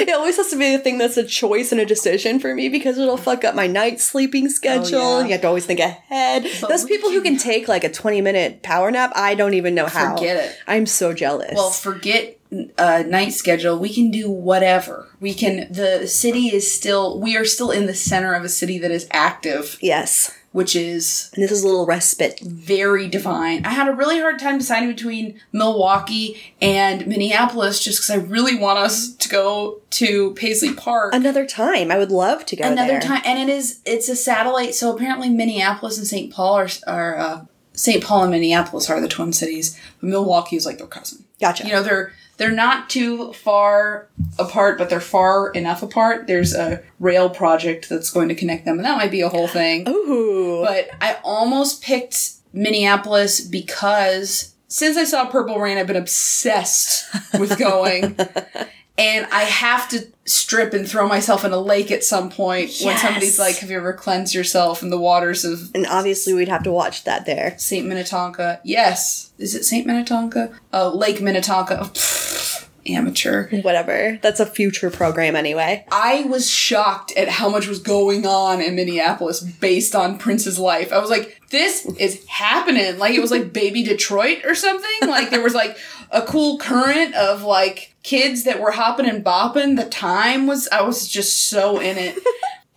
Speaker 2: it always has to be the thing that's a choice and a decision for me because it'll fuck up my night sleeping schedule.
Speaker 1: Oh, yeah.
Speaker 2: You have to always think ahead. Those
Speaker 1: we
Speaker 2: people who
Speaker 1: can-
Speaker 2: can take like a 20 minute power nap, I don't even know how.
Speaker 1: Forget it.
Speaker 2: I'm so jealous.
Speaker 1: Well, forget uh, night schedule. We can do whatever. We can. The city is still. We are still in the center of a city that is active,
Speaker 2: yes.
Speaker 1: which is
Speaker 2: And this is a little respite.
Speaker 1: very divine. I had a really hard time deciding between Milwaukee and Minneapolis, just because I really want us to go to Paisley Park
Speaker 2: Another time. I would love to go
Speaker 1: another
Speaker 2: there.
Speaker 1: time and it is it's a satellite so apparently minneapolis and st paul are, are uh, st paul and minneapolis are the twin cities but milwaukee is like their cousin
Speaker 2: Gotcha.
Speaker 1: you know they're they're not too far apart but they're far enough apart there's a rail project that's going to connect them and that might be a whole thing
Speaker 2: Ooh.
Speaker 1: but i almost picked minneapolis because since i saw purple rain i've been obsessed with going
Speaker 2: (laughs)
Speaker 1: and I have to strip and throw myself in a lake at some point when
Speaker 2: Yes.
Speaker 1: somebody's like, "Have you ever cleansed yourself in the waters of
Speaker 2: And obviously, we'd have to watch that there.
Speaker 1: Saint Minnetonka?" Yes, is it Saint Minnetonka? Oh, Lake Minnetonka. Pfft, Amateur.
Speaker 2: Whatever. That's a future program anyway.
Speaker 1: I was shocked at how much was going on in Minneapolis based on Prince's life. I was like, this is happening. Like it was like baby Detroit or something. Like there was like a cool current of like kids that were hopping and bopping. The time was I was just so in it.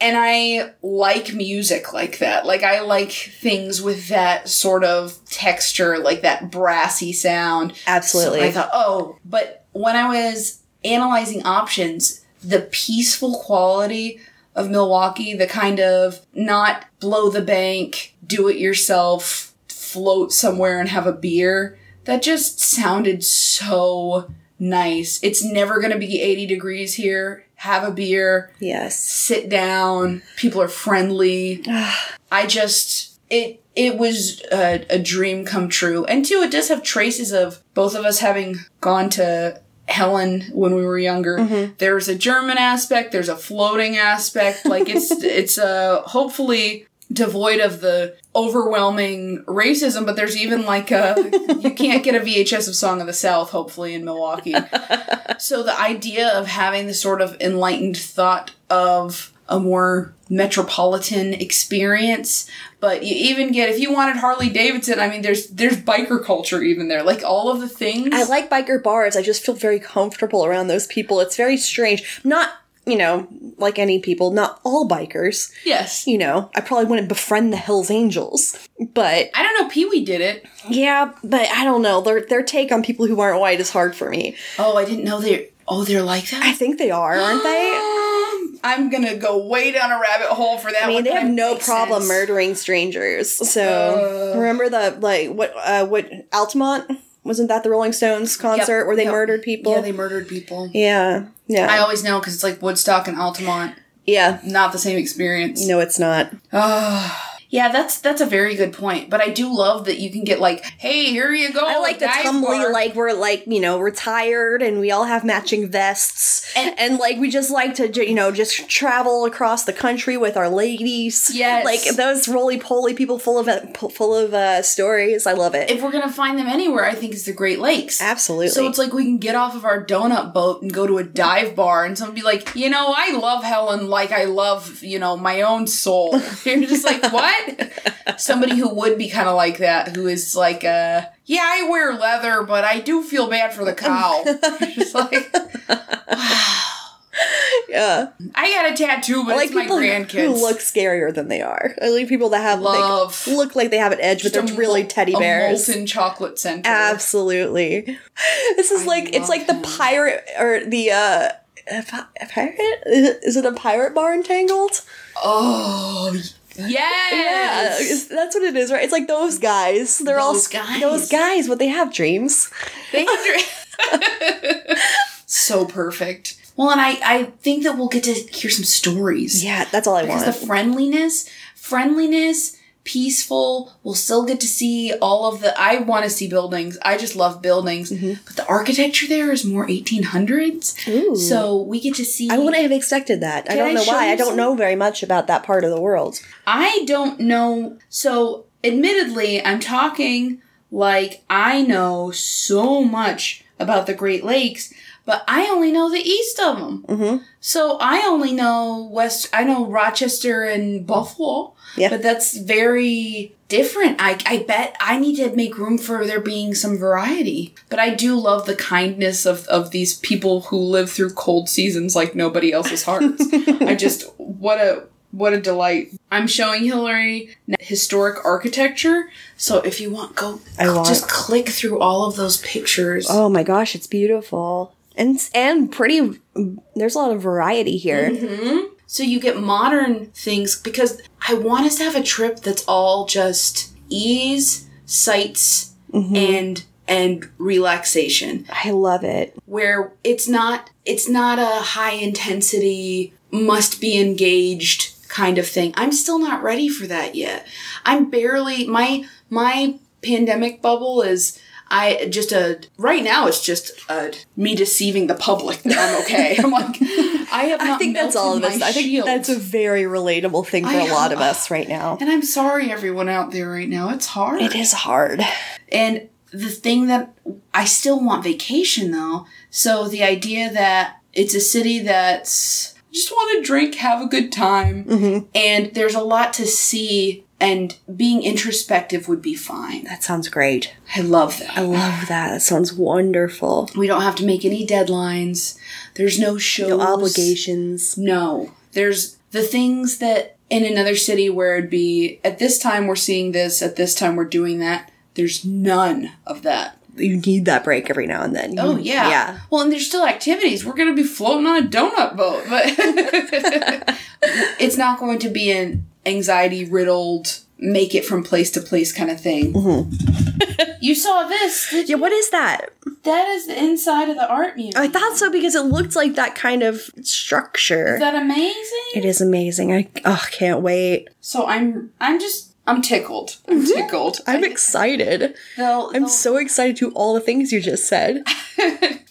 Speaker 1: And I like music like that. Like I like things with that sort of texture, like that brassy sound.
Speaker 2: Absolutely.
Speaker 1: So I thought, oh, but when I was analyzing options, the peaceful quality of Milwaukee, the kind of not blow the bank, do it yourself, float somewhere and have a beer, that just sounded so nice. It's never going to be 80 degrees here. Have a beer,
Speaker 2: yes.
Speaker 1: sit down. People are friendly. I just it it was a, a dream come true. And two, it does have traces of both of us having gone to Helen when we were younger. There's a German aspect. There's a floating aspect. Like it's it's uh, hopefully devoid of the overwhelming racism, but there's even like a you can't get a VHS of Song of the South, hopefully, in Milwaukee. so the idea of having this sort of enlightened thought of a more metropolitan experience but you even get if you wanted harley davidson i mean there's there's biker culture even there like all of the things
Speaker 2: I like biker bars. I just feel very comfortable around those people. It's very strange. Not, you know, like any people, not all bikers.
Speaker 1: yes
Speaker 2: You know, I probably wouldn't befriend the Hells Angels, but
Speaker 1: i don't know pee-wee did it
Speaker 2: yeah, but I don't know. Their their take on people who aren't white is hard for me.
Speaker 1: oh i didn't know they're oh they're like that
Speaker 2: I think they are,
Speaker 1: (gasps)
Speaker 2: aren't they?
Speaker 1: Um, I'm gonna go way down a rabbit hole for that
Speaker 2: I mean,
Speaker 1: one.
Speaker 2: they
Speaker 1: but
Speaker 2: have
Speaker 1: it
Speaker 2: no
Speaker 1: makes
Speaker 2: problem
Speaker 1: sense. Oh.
Speaker 2: murdering strangers. So remember the like what uh, what Altamont wasn't that the Rolling Stones concert where they
Speaker 1: yep.
Speaker 2: murdered people?
Speaker 1: Yeah, they murdered people.
Speaker 2: yeah,
Speaker 1: I
Speaker 2: yeah,
Speaker 1: always know because it's like Woodstock and Altamont,
Speaker 2: yeah.
Speaker 1: not the same experience.
Speaker 2: No, it's not.
Speaker 1: Ah. yeah, that's that's a very good point. But I do love that you can get like, hey, here you go.
Speaker 2: I like the
Speaker 1: dive
Speaker 2: tumbly,
Speaker 1: bar.
Speaker 2: like we're like you know retired and we all have matching vests and,
Speaker 1: And-
Speaker 2: like we just like to ju- you know just travel across the country with our ladies.
Speaker 1: Yes.
Speaker 2: like those roly poly people full of full of uh, stories. I love it.
Speaker 1: If we're gonna find them anywhere, I think it's the Great Lakes.
Speaker 2: Absolutely.
Speaker 1: So it's like we can get off of our donut boat and go to a dive bar, and someone be like, you know, I love Helen like I love, you know, my own soul. (laughs) You're just like, what?
Speaker 2: (laughs)
Speaker 1: Somebody who would be kind of like that, who is like, uh, yeah, I wear leather, but I do feel bad for the
Speaker 2: (laughs)
Speaker 1: cow. just like,
Speaker 2: yeah.
Speaker 1: I got a tattoo, but
Speaker 2: I like
Speaker 1: it's my
Speaker 2: people
Speaker 1: grandkids.
Speaker 2: who look scarier than they are. I like people that have
Speaker 1: Love.
Speaker 2: like look like they have an edge, but
Speaker 1: Just a
Speaker 2: they're really
Speaker 1: mol-
Speaker 2: teddy
Speaker 1: a
Speaker 2: bears.
Speaker 1: molten chocolate center.
Speaker 2: Absolutely. (laughs) This is
Speaker 1: I
Speaker 2: like it's
Speaker 1: love
Speaker 2: like the
Speaker 1: him.
Speaker 2: pirate or the uh a pi- a pirate (laughs) is it a pirate bar entangled?
Speaker 1: Oh, yes.
Speaker 2: Yeah, it's- that's what it is, right? It's like those guys. They're all
Speaker 1: Those
Speaker 2: s-
Speaker 1: guys.
Speaker 2: those guys, but they have dreams.
Speaker 1: They (laughs) so perfect. Well, and I, I think that we'll get to hear some stories.
Speaker 2: Yeah, that's all I
Speaker 1: Because
Speaker 2: want.
Speaker 1: the friendliness, friendliness, peaceful, we'll still get to see all of the. I want to see buildings. I just love buildings. But the architecture there is more 1800s.
Speaker 2: Mm-hmm. Ooh.
Speaker 1: So we get to see.
Speaker 2: I wouldn't have expected that. I
Speaker 1: Can
Speaker 2: don't
Speaker 1: I
Speaker 2: know
Speaker 1: show
Speaker 2: why.
Speaker 1: you
Speaker 2: I don't know very much about that part of the world.
Speaker 1: I don't know. So, admittedly, I'm talking like I know so much about the Great Lakes, but I only know the east of them.
Speaker 2: Mhm.
Speaker 1: So I only know West. I know Rochester and Buffalo.
Speaker 2: Yeah.
Speaker 1: But that's very different. I I bet I need to make room for there being some variety. But I do love the kindness of of these people who live through cold seasons like nobody else's
Speaker 2: (laughs)
Speaker 1: hearts. I just what a what a delight. I'm showing Hillary n- historic architecture. So if you want, go
Speaker 2: I want-
Speaker 1: just click through all of those pictures.
Speaker 2: Oh my gosh, it's beautiful. And and pretty there's a lot of variety here.
Speaker 1: So you get modern things because I want us to have a trip that's all just ease, sights,
Speaker 2: Mm-hmm.
Speaker 1: and and relaxation
Speaker 2: I love it.
Speaker 1: where it's not it's not a high intensity must be engaged kind of thing. I'm still not ready for that yet. I'm barely my my pandemic bubble is I just a right now it's just uh me deceiving the public that I'm okay. (laughs) I'm like I have not
Speaker 2: I think that's
Speaker 1: melted
Speaker 2: all of us.
Speaker 1: my
Speaker 2: I think
Speaker 1: shield.
Speaker 2: that's a very relatable thing for
Speaker 1: I
Speaker 2: a lot of
Speaker 1: know.
Speaker 2: us right now.
Speaker 1: And I'm sorry, everyone out there right now. It's hard.
Speaker 2: It is hard.
Speaker 1: And the thing that I still want vacation though. So the idea that it's a city that's just want to drink, have a good time,
Speaker 2: Mm-hmm.
Speaker 1: and there's a lot to see, and being introspective would be fine.
Speaker 2: That sounds great.
Speaker 1: I love that.
Speaker 2: I love that. That sounds wonderful.
Speaker 1: we don't have to make any deadlines. There's no shows.
Speaker 2: No obligations.
Speaker 1: No. There's the things that in another city where it'd be at this time we're seeing this, at this time we're doing that. There's none of that.
Speaker 2: You need that break every now and then.
Speaker 1: Oh yeah.
Speaker 2: Yeah.
Speaker 1: Well, and there's still activities. We're gonna be floating on a donut boat,
Speaker 2: (laughs)
Speaker 1: but it's not going to be an anxiety riddled make it from place to place kind of thing.
Speaker 2: Mm-hmm.
Speaker 1: you saw this. did
Speaker 2: Yeah,
Speaker 1: you?
Speaker 2: what is that?
Speaker 1: That is the inside of the art museum.
Speaker 2: I thought so because it looked like that kind of structure.
Speaker 1: Is that amazing?
Speaker 2: it is amazing. I oh, can't wait.
Speaker 1: So I'm I'm just I'm tickled.
Speaker 2: Mm-hmm.
Speaker 1: I'm tickled.
Speaker 2: I'm excited.
Speaker 1: They'll-
Speaker 2: I'm
Speaker 1: they'll-
Speaker 2: so excited to all the things you just said.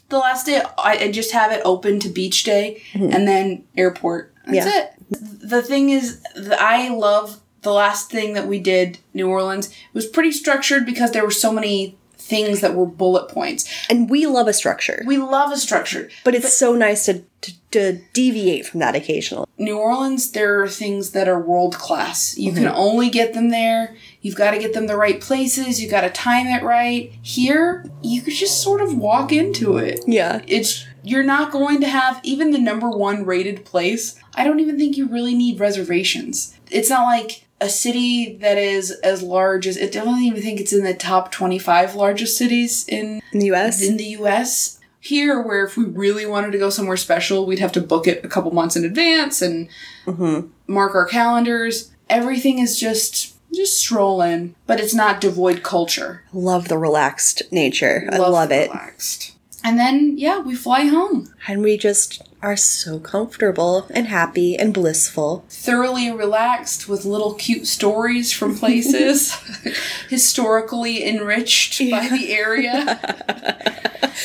Speaker 1: the last day I, I just have it open to beach day and then airport. That's
Speaker 2: Yeah.
Speaker 1: it. The thing is, th- I love the last thing that we did, New Orleans, was pretty structured because there were so many things that were bullet points.
Speaker 2: And we love a structure.
Speaker 1: We love a structure.
Speaker 2: But it's so nice to, to, to deviate from that occasionally.
Speaker 1: New Orleans, there are things that are world class. You can only get them there. You've got to get them the right places. You've got to time it right. Here, you could just sort of walk into it.
Speaker 2: Yeah.
Speaker 1: It's you're not going to have even the number one rated place. I don't even think you really need reservations. It's not like a city that is as large as it. I don't even think it's in the top twenty five largest cities in
Speaker 2: In the US?
Speaker 1: in the U.S. Here, where if we really wanted to go somewhere special, we'd have to book it a couple months in advance and
Speaker 2: Mm-hmm.
Speaker 1: mark our calendars. Everything is just just stroll in, but it's not devoid culture.
Speaker 2: Love the relaxed nature. I love it.
Speaker 1: Relaxed. And then yeah, we fly home,
Speaker 2: And we just are so comfortable and happy and blissful.
Speaker 1: thoroughly relaxed with little cute stories from
Speaker 2: (laughs)
Speaker 1: places, historically enriched by the area.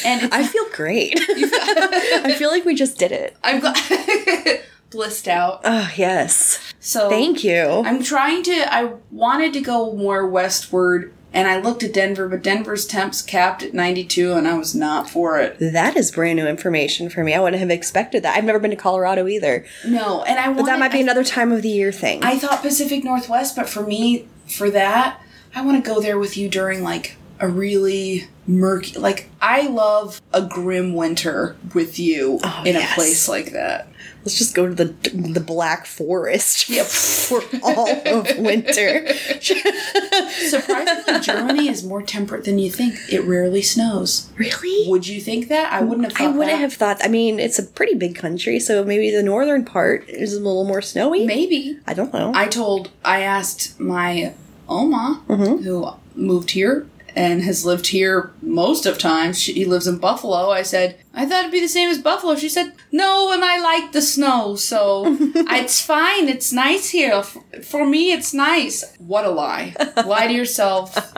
Speaker 1: and it's,
Speaker 2: (laughs) I feel great. (laughs) I feel like we just did it.
Speaker 1: I'm glad (laughs) blissed out.
Speaker 2: Oh, yes.
Speaker 1: So
Speaker 2: Thank you.
Speaker 1: I'm trying to. I wanted to go more westward, and I looked at Denver, but Denver's temps capped at 92, and I was not for it.
Speaker 2: That is brand new information for me. I wouldn't have expected that. I've never been to Colorado either.
Speaker 1: No, and I wanted.
Speaker 2: But that might be another time of the year thing.
Speaker 1: I thought Pacific Northwest, but for me, for that, I want to go there with you during like a really murky. Like I love a grim winter with you
Speaker 2: Oh,
Speaker 1: in
Speaker 2: yes.
Speaker 1: a place like that.
Speaker 2: Let's just go to the the Black Forest (laughs)
Speaker 1: Yep.
Speaker 2: for all of winter.
Speaker 1: (laughs) Surprisingly, Germany is more temperate than you think. It rarely snows.
Speaker 2: really?
Speaker 1: Would you think that? I wouldn't have. Thought
Speaker 2: I wouldn't
Speaker 1: that.
Speaker 2: have thought. I mean, it's a pretty big country, so maybe the northern part is a little more snowy.
Speaker 1: Maybe.
Speaker 2: I don't know.
Speaker 1: I told, I asked my Oma, who moved here and has lived here most of time. She he lives in Buffalo. I said, I thought it'd be the same as Buffalo. She said, No, and I like the snow, so it's fine. It's nice here. F- For me, it's nice. What a lie. lie to yourself.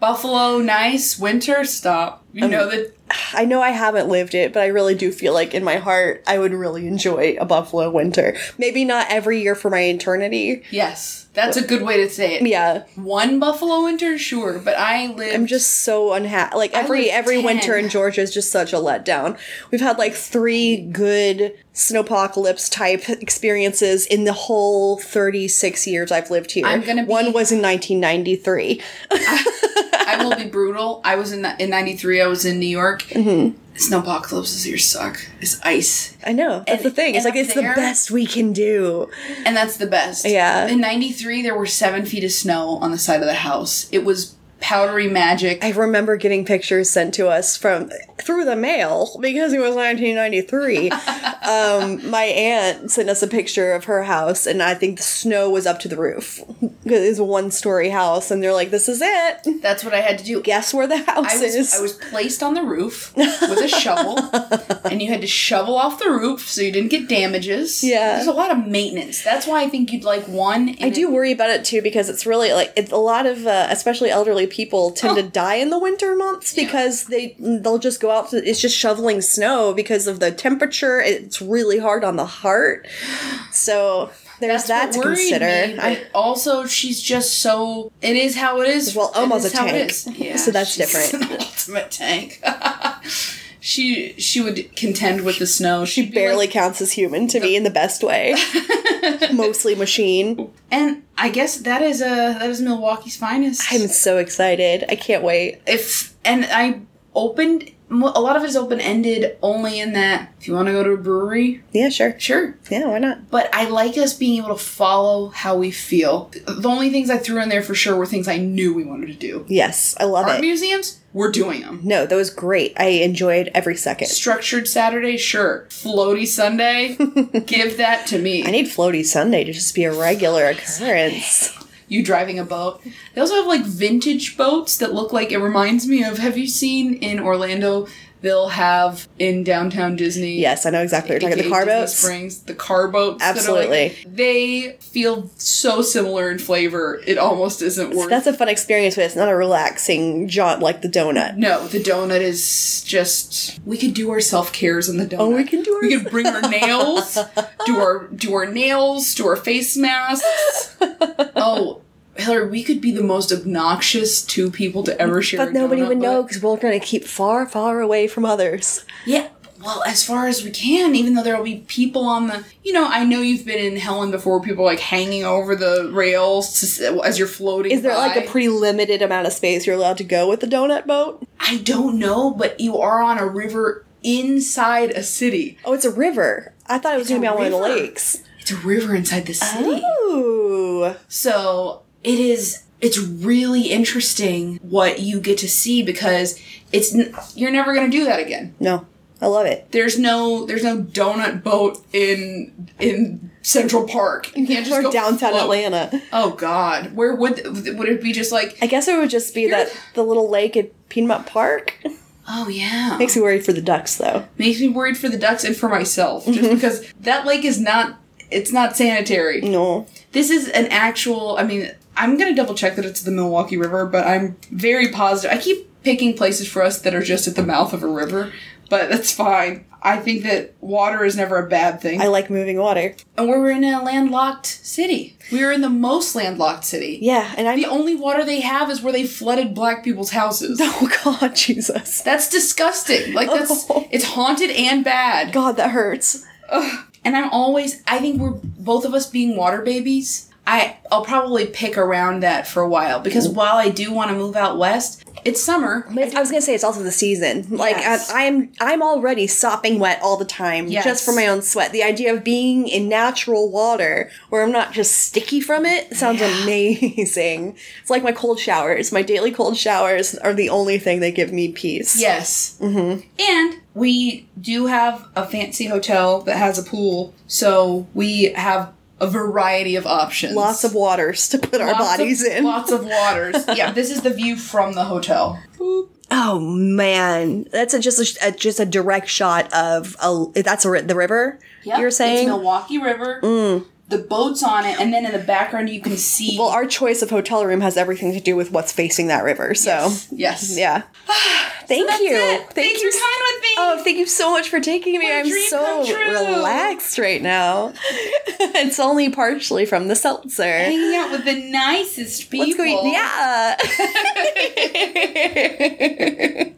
Speaker 1: Buffalo, nice. Winter, stop. You know that.
Speaker 2: I know I haven't lived it, but I really do feel like in my heart I would really enjoy a Buffalo winter. Maybe not every year for my eternity.
Speaker 1: Yes, that's a good way to say it.
Speaker 2: Yeah,
Speaker 1: One Buffalo winter, sure, but I live.
Speaker 2: I'm just so unhappy. Like every
Speaker 1: live
Speaker 2: every
Speaker 1: 10.
Speaker 2: winter in Georgia is just such a letdown. We've had like three good snowpocalypse type experiences in the whole 36 years I've lived here.
Speaker 1: I'm gonna be-
Speaker 2: One was in 1993.
Speaker 1: I will be brutal. I was in in '93. I was in New York.
Speaker 2: Mm-hmm.
Speaker 1: Snowpocalypses here suck. It's ice,
Speaker 2: I know. That's the thing. It's
Speaker 1: and
Speaker 2: like
Speaker 1: up
Speaker 2: it's the
Speaker 1: there-
Speaker 2: best we can do.
Speaker 1: and that's the best.
Speaker 2: Yeah.
Speaker 1: In '93, there were seven feet of snow on the side of the house. It was powdery magic.
Speaker 2: I remember getting pictures sent to us from through the mail because it
Speaker 1: (laughs)
Speaker 2: was 1993. um, my aunt sent us a picture of her house, and I think the snow was up to the roof. It was a one story house, and they're like, "This is it.
Speaker 1: that's what I had to do.
Speaker 2: Guess where the house
Speaker 1: I
Speaker 2: is."
Speaker 1: was, I was placed on the
Speaker 2: (laughs)
Speaker 1: roof with a shovel, and you had to shovel off the roof so you didn't get damages.
Speaker 2: Yeah.
Speaker 1: there's a lot of maintenance. That's why I think you'd like one. and
Speaker 2: I do worry about it too because it's really like it's a lot of uh, especially elderly people tend
Speaker 1: Oh.
Speaker 2: to die in the winter months because they they'll just go out to, it's just shoveling snow because of the temperature it's really hard on the heart so there's that
Speaker 1: That's
Speaker 2: to
Speaker 1: what worried
Speaker 2: consider
Speaker 1: me, but
Speaker 2: I,
Speaker 1: also, she's just so. It is how it is.
Speaker 2: Well,
Speaker 1: It
Speaker 2: Oma's
Speaker 1: is
Speaker 2: a
Speaker 1: how it
Speaker 2: tank,
Speaker 1: is. Yeah,
Speaker 2: so that's
Speaker 1: she's
Speaker 2: different.
Speaker 1: An (laughs) ultimate tank. (laughs) she she would contend with the snow. She
Speaker 2: barely counts as human to me in the
Speaker 1: (laughs)
Speaker 2: best way mostly machine
Speaker 1: and I guess that is a that is Milwaukee's finest.
Speaker 2: I'm so excited I can't wait
Speaker 1: if and I opened mo- a lot of it is open ended only in that if you want to go to a brewery,
Speaker 2: yeah sure
Speaker 1: sure.
Speaker 2: yeah why not
Speaker 1: But I like us being able to follow how we feel. The only things I threw in there for sure were things I knew we wanted to do.
Speaker 2: yes I love
Speaker 1: Art
Speaker 2: it
Speaker 1: museums, we're doing them.
Speaker 2: no that was great I enjoyed every second
Speaker 1: structured Saturday, sure. Floaty
Speaker 2: (laughs)
Speaker 1: Sunday, give that to me.
Speaker 2: I need Floaty Sunday to just be a regular occurrence.
Speaker 1: you driving a boat. They also have like vintage boats that look like it reminds me of. Have you seen in Orlando they'll have in downtown Disney.
Speaker 2: Yes, I know exactly what you're talking
Speaker 1: aka
Speaker 2: about. The car
Speaker 1: Disney
Speaker 2: boats.
Speaker 1: Springs, the car boats. that are,
Speaker 2: Absolutely.
Speaker 1: like- they feel so similar in flavor. It almost isn't worth.
Speaker 2: That's a fun experience, but it's not a relaxing jaunt like the donut.
Speaker 1: no, the donut is just. We could do our self cares in the donut.
Speaker 2: Oh, we can do our-
Speaker 1: Oh, We could bring our nails, do our do our nails, do our face masks. oh, Hillary, we could be the most obnoxious two people to ever share.
Speaker 2: But
Speaker 1: a
Speaker 2: nobody
Speaker 1: donut
Speaker 2: would know
Speaker 1: with.
Speaker 2: because we're going to keep far, far away from others.
Speaker 1: Yeah. Well, as far as we can, even though there will be people on the, you know, I know you've been in Helen before. People like hanging over the rails to, s- as you're floating.
Speaker 2: Is there like a
Speaker 1: by.
Speaker 2: pretty limited amount of space you're allowed to go with the donut boat?
Speaker 1: I don't know, but you are on a river inside a city.
Speaker 2: Oh, it's a river. I thought it was going to be
Speaker 1: a
Speaker 2: on one of the
Speaker 1: river.
Speaker 2: lakes.
Speaker 1: It's a river inside the
Speaker 2: Oh.
Speaker 1: city.
Speaker 2: Ooh.
Speaker 1: So it is. It's really interesting what you get to see because it's n- you're never going to do that again.
Speaker 2: No, I love it.
Speaker 1: There's no there's no donut boat in in Central Park. You can't just
Speaker 2: Or
Speaker 1: go
Speaker 2: downtown
Speaker 1: float.
Speaker 2: Atlanta.
Speaker 1: Oh God, where would would it be? Just like
Speaker 2: I guess it would just be that the little lake at Peanut Park.
Speaker 1: oh yeah,
Speaker 2: Makes me worried for the ducks, though.
Speaker 1: makes me worried for the ducks and for myself,
Speaker 2: Mm-hmm.
Speaker 1: just because that lake is not it's not sanitary.
Speaker 2: No.
Speaker 1: This is an actual. I mean, I'm gonna double check that it's the Milwaukee River, but I'm very positive. I keep picking places for us that are just at the mouth of a river, but that's fine. I think that water is never a bad thing.
Speaker 2: I like moving water.
Speaker 1: and we were in a landlocked city. We were in the most landlocked city.
Speaker 2: Yeah, and I'm.
Speaker 1: The only water they have is where they flooded black people's houses.
Speaker 2: (laughs) Oh, God, Jesus.
Speaker 1: That's disgusting. Like
Speaker 2: (laughs)
Speaker 1: that's
Speaker 2: Oh.
Speaker 1: it's haunted and bad.
Speaker 2: God, that hurts.
Speaker 1: And I'm always I think we're both of us being water babies. I I'll probably pick around that for a while because
Speaker 2: Mm-hmm.
Speaker 1: while I do want to move out west, it's summer.
Speaker 2: But I was gonna say it's also the season. Like
Speaker 1: Yes.
Speaker 2: I, I'm, I'm already sopping wet all the time
Speaker 1: Yes.
Speaker 2: just for my own sweat. The idea of being in natural water where I'm not just sticky from it sounds amazing. It's like my cold showers. My daily cold showers are the only thing that give me peace.
Speaker 1: Yes. Mm-hmm. And we do have a fancy hotel that has a pool, so we have a variety of options.
Speaker 2: Lots of waters to put our
Speaker 1: Lots of-
Speaker 2: bodies in.
Speaker 1: Lots of
Speaker 2: (laughs)
Speaker 1: waters. yeah, this is the view from the hotel.
Speaker 2: Oh man, that's a, just a, a- just a direct shot of a. That's a, ri- the river. you're
Speaker 1: it's
Speaker 2: saying. Mm.
Speaker 1: Milwaukee River. The boat's on it, and then in the background you can see.
Speaker 2: well, our choice of hotel room has everything to do with what's facing that river. So
Speaker 1: yes, (sighs)
Speaker 2: yeah. thank you.
Speaker 1: That's it.
Speaker 2: Thank
Speaker 1: Thanks
Speaker 2: you.
Speaker 1: for
Speaker 2: so-
Speaker 1: coming with me.
Speaker 2: Oh, thank you so much for taking me.
Speaker 1: What a
Speaker 2: I'm
Speaker 1: dream
Speaker 2: so
Speaker 1: come true.
Speaker 2: relaxed right
Speaker 1: (laughs)
Speaker 2: now. it's only partially from the seltzer.
Speaker 1: Hanging out with the nicest people.
Speaker 2: Let's go eat. Yeah.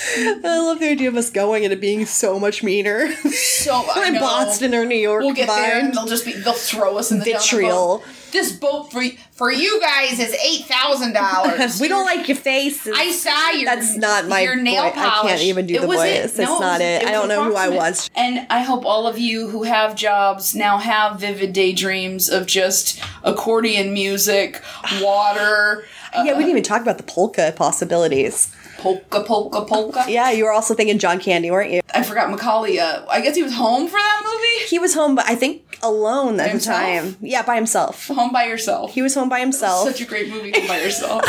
Speaker 2: (laughs) I love the idea of us going and it being so much meaner.
Speaker 1: So I
Speaker 2: (laughs) in
Speaker 1: know.
Speaker 2: Boston or New York
Speaker 1: We'll get there, and
Speaker 2: combined.
Speaker 1: they'll just be they'll throw us in the down the
Speaker 2: Vitriol.
Speaker 1: boat. This boat for for you guys is eight thousand dollars.
Speaker 2: (laughs) We don't like your faces.
Speaker 1: I saw your.
Speaker 2: That's not my
Speaker 1: your nail
Speaker 2: voi- I can't
Speaker 1: polish.
Speaker 2: even do
Speaker 1: It
Speaker 2: the
Speaker 1: wasn't-
Speaker 2: voice. It's
Speaker 1: no, was-
Speaker 2: not it. I
Speaker 1: was
Speaker 2: don't know who I
Speaker 1: approximate.
Speaker 2: was.
Speaker 1: And I hope all of you who have jobs now have vivid daydreams of just accordion music, water, uh,
Speaker 2: yeah, we didn't even talk about the polka possibilities.
Speaker 1: polka, polka, polka.
Speaker 2: Yeah, you were also thinking John Candy, weren't you?
Speaker 1: I forgot Macaulay. Uh, I guess he was home for that movie.
Speaker 2: He was home, but I think alone at the
Speaker 1: himself?
Speaker 2: time. Yeah, by himself.
Speaker 1: Home by yourself.
Speaker 2: He was home by himself.
Speaker 1: Such a great movie Home by
Speaker 2: (laughs)
Speaker 1: yourself.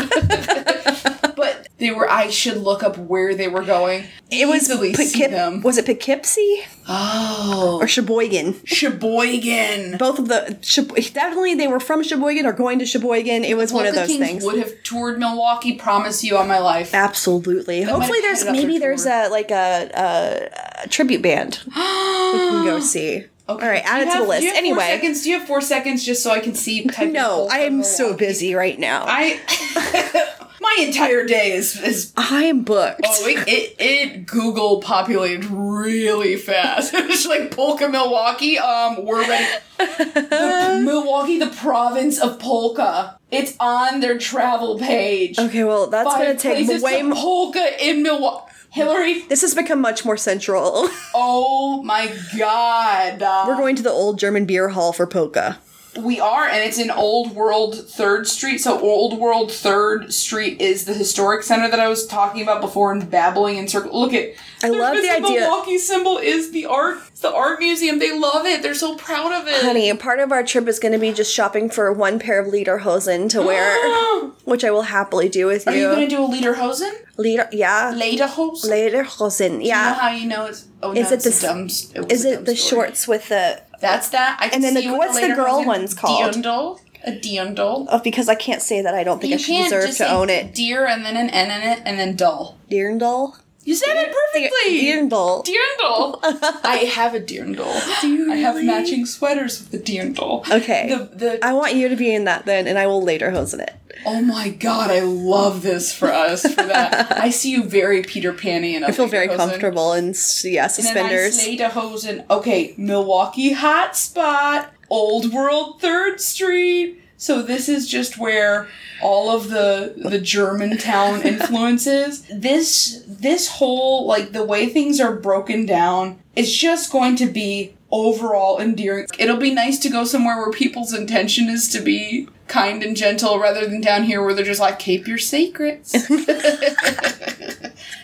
Speaker 1: but they were. I should look up where they were going.
Speaker 2: it was
Speaker 1: easily see
Speaker 2: Poughkeep-
Speaker 1: them.
Speaker 2: Was it Poughkeepsie
Speaker 1: Oh,
Speaker 2: or Sheboygan?
Speaker 1: Sheboygan.
Speaker 2: Both of the Shebo- definitely they were from Sheboygan or going to Sheboygan. It was one of
Speaker 1: Polka
Speaker 2: those
Speaker 1: Kings
Speaker 2: things.
Speaker 1: Would have toured Milwaukee. Promise you on my life.
Speaker 2: Absolutely. Hopefully,
Speaker 1: might have
Speaker 2: there's
Speaker 1: ended up
Speaker 2: maybe
Speaker 1: their
Speaker 2: there's a like a, a, a
Speaker 1: (gasps)
Speaker 2: tribute band we can go see. All right, add
Speaker 1: You
Speaker 2: it to
Speaker 1: have-
Speaker 2: the
Speaker 1: do
Speaker 2: list.
Speaker 1: you have Four
Speaker 2: Anyway,
Speaker 1: seconds. Do you have four seconds just so I can see? type in
Speaker 2: no,
Speaker 1: Polka
Speaker 2: I am so
Speaker 1: Milwaukee?
Speaker 2: busy right now. I,
Speaker 1: I. (laughs) my entire day is is.
Speaker 2: am booked.
Speaker 1: Oh, it, it, it Google populated really fast. (laughs) It was like Polka Milwaukee. Um, we're ready. The, Milwaukee, the province of Polka. It's on their travel page.
Speaker 2: okay, well that's
Speaker 1: Five
Speaker 2: gonna take
Speaker 1: places
Speaker 2: way.
Speaker 1: to
Speaker 2: more.
Speaker 1: Polka in Milwaukee. Hillary,
Speaker 2: This has become much more central. (laughs)
Speaker 1: Oh my god.
Speaker 2: We're going to the old German beer hall for polka.
Speaker 1: We are, and it's in Old World 3rd Street. So, Old World 3rd Street is the historic center that I was talking about before and babbling in circles. Look at.
Speaker 2: I
Speaker 1: their
Speaker 2: love the
Speaker 1: missing
Speaker 2: idea-
Speaker 1: Milwaukee symbol is the art. It's the art museum. They love it. They're so proud of it.
Speaker 2: Honey, part of our trip is going to be just shopping for
Speaker 1: (gasps)
Speaker 2: one pair of lederhosen to wear, which I will happily do with
Speaker 1: Are you
Speaker 2: you.
Speaker 1: going to do a Lederhosen?
Speaker 2: Later, yeah.
Speaker 1: Lederhosen.
Speaker 2: Lederhosen,
Speaker 1: You know
Speaker 2: yeah.
Speaker 1: how you know it's? Oh, no,
Speaker 2: Is it
Speaker 1: it's
Speaker 2: the
Speaker 1: a
Speaker 2: s-
Speaker 1: dumb, s- was
Speaker 2: Is
Speaker 1: a
Speaker 2: it
Speaker 1: dumb
Speaker 2: the
Speaker 1: story.
Speaker 2: shorts with the?
Speaker 1: That's that. I can
Speaker 2: then the-
Speaker 1: see what
Speaker 2: what's the girl
Speaker 1: Lederhosen-
Speaker 2: one's called?
Speaker 1: Dirndl. A dirndl.
Speaker 2: Oh, because I can't say that. I don't think I should deserve to
Speaker 1: say
Speaker 2: own it.
Speaker 1: Deer and then an N in it and then dull.
Speaker 2: Dirndl.
Speaker 1: You said it perfectly.
Speaker 2: Dirndl.
Speaker 1: dirndl. I have a dirndl. Do you I have
Speaker 2: really?
Speaker 1: matching sweaters with the dirndl.
Speaker 2: Okay.
Speaker 1: The, the,
Speaker 2: I want you to be in that then, and I will later hosen it.
Speaker 1: oh my god, I love this for us for
Speaker 2: (laughs)
Speaker 1: that. I see you very Peter Panny and
Speaker 2: I feel very comfortable in s- yeah suspenders.
Speaker 1: And then I Hosen. Okay, Milwaukee hot spot, Old World Third Street. So this is just where all of the the (laughs) Germantown influences. this this whole like the way things are broken down, it's just going to be overall endearing. It'll be nice to go somewhere where people's intention is to be kind and gentle rather than down here where they're just like keep your secrets. (laughs)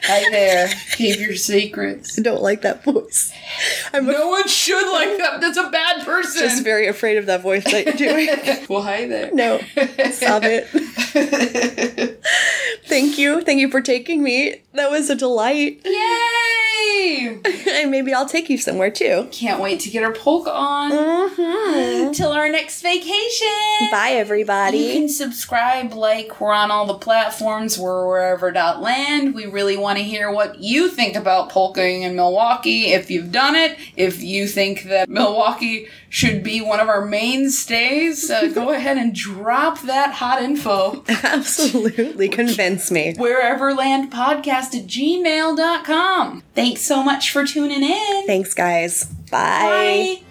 Speaker 1: Hi there. Keep your secrets.
Speaker 2: I don't like that voice. I'm
Speaker 1: No one should like that. That's a bad person.
Speaker 2: just very afraid of that voice that
Speaker 1: (laughs)
Speaker 2: you're doing.
Speaker 1: well, hi there.
Speaker 2: no, stop it. Thank you. Thank you for taking me. That was a delight.
Speaker 1: (laughs) Yay!
Speaker 2: and maybe I'll take you somewhere too.
Speaker 1: Can't wait to get our polka on.
Speaker 2: Mm-hmm.
Speaker 1: Until our next vacation.
Speaker 2: Bye,
Speaker 1: You can
Speaker 2: everybody.
Speaker 1: subscribe, like, we're on all the platforms, we're wherever.land. We really want to hear what you think about polkaing in Milwaukee, if you've done it, if you think that Milwaukee should be one of our mainstays, uh,
Speaker 2: (laughs)
Speaker 1: go ahead and drop that hot info.
Speaker 2: Absolutely convince me.
Speaker 1: whereverlandpodcast at gmail.com. Thanks so much for tuning in.
Speaker 2: Thanks, guys. Bye.
Speaker 1: Bye.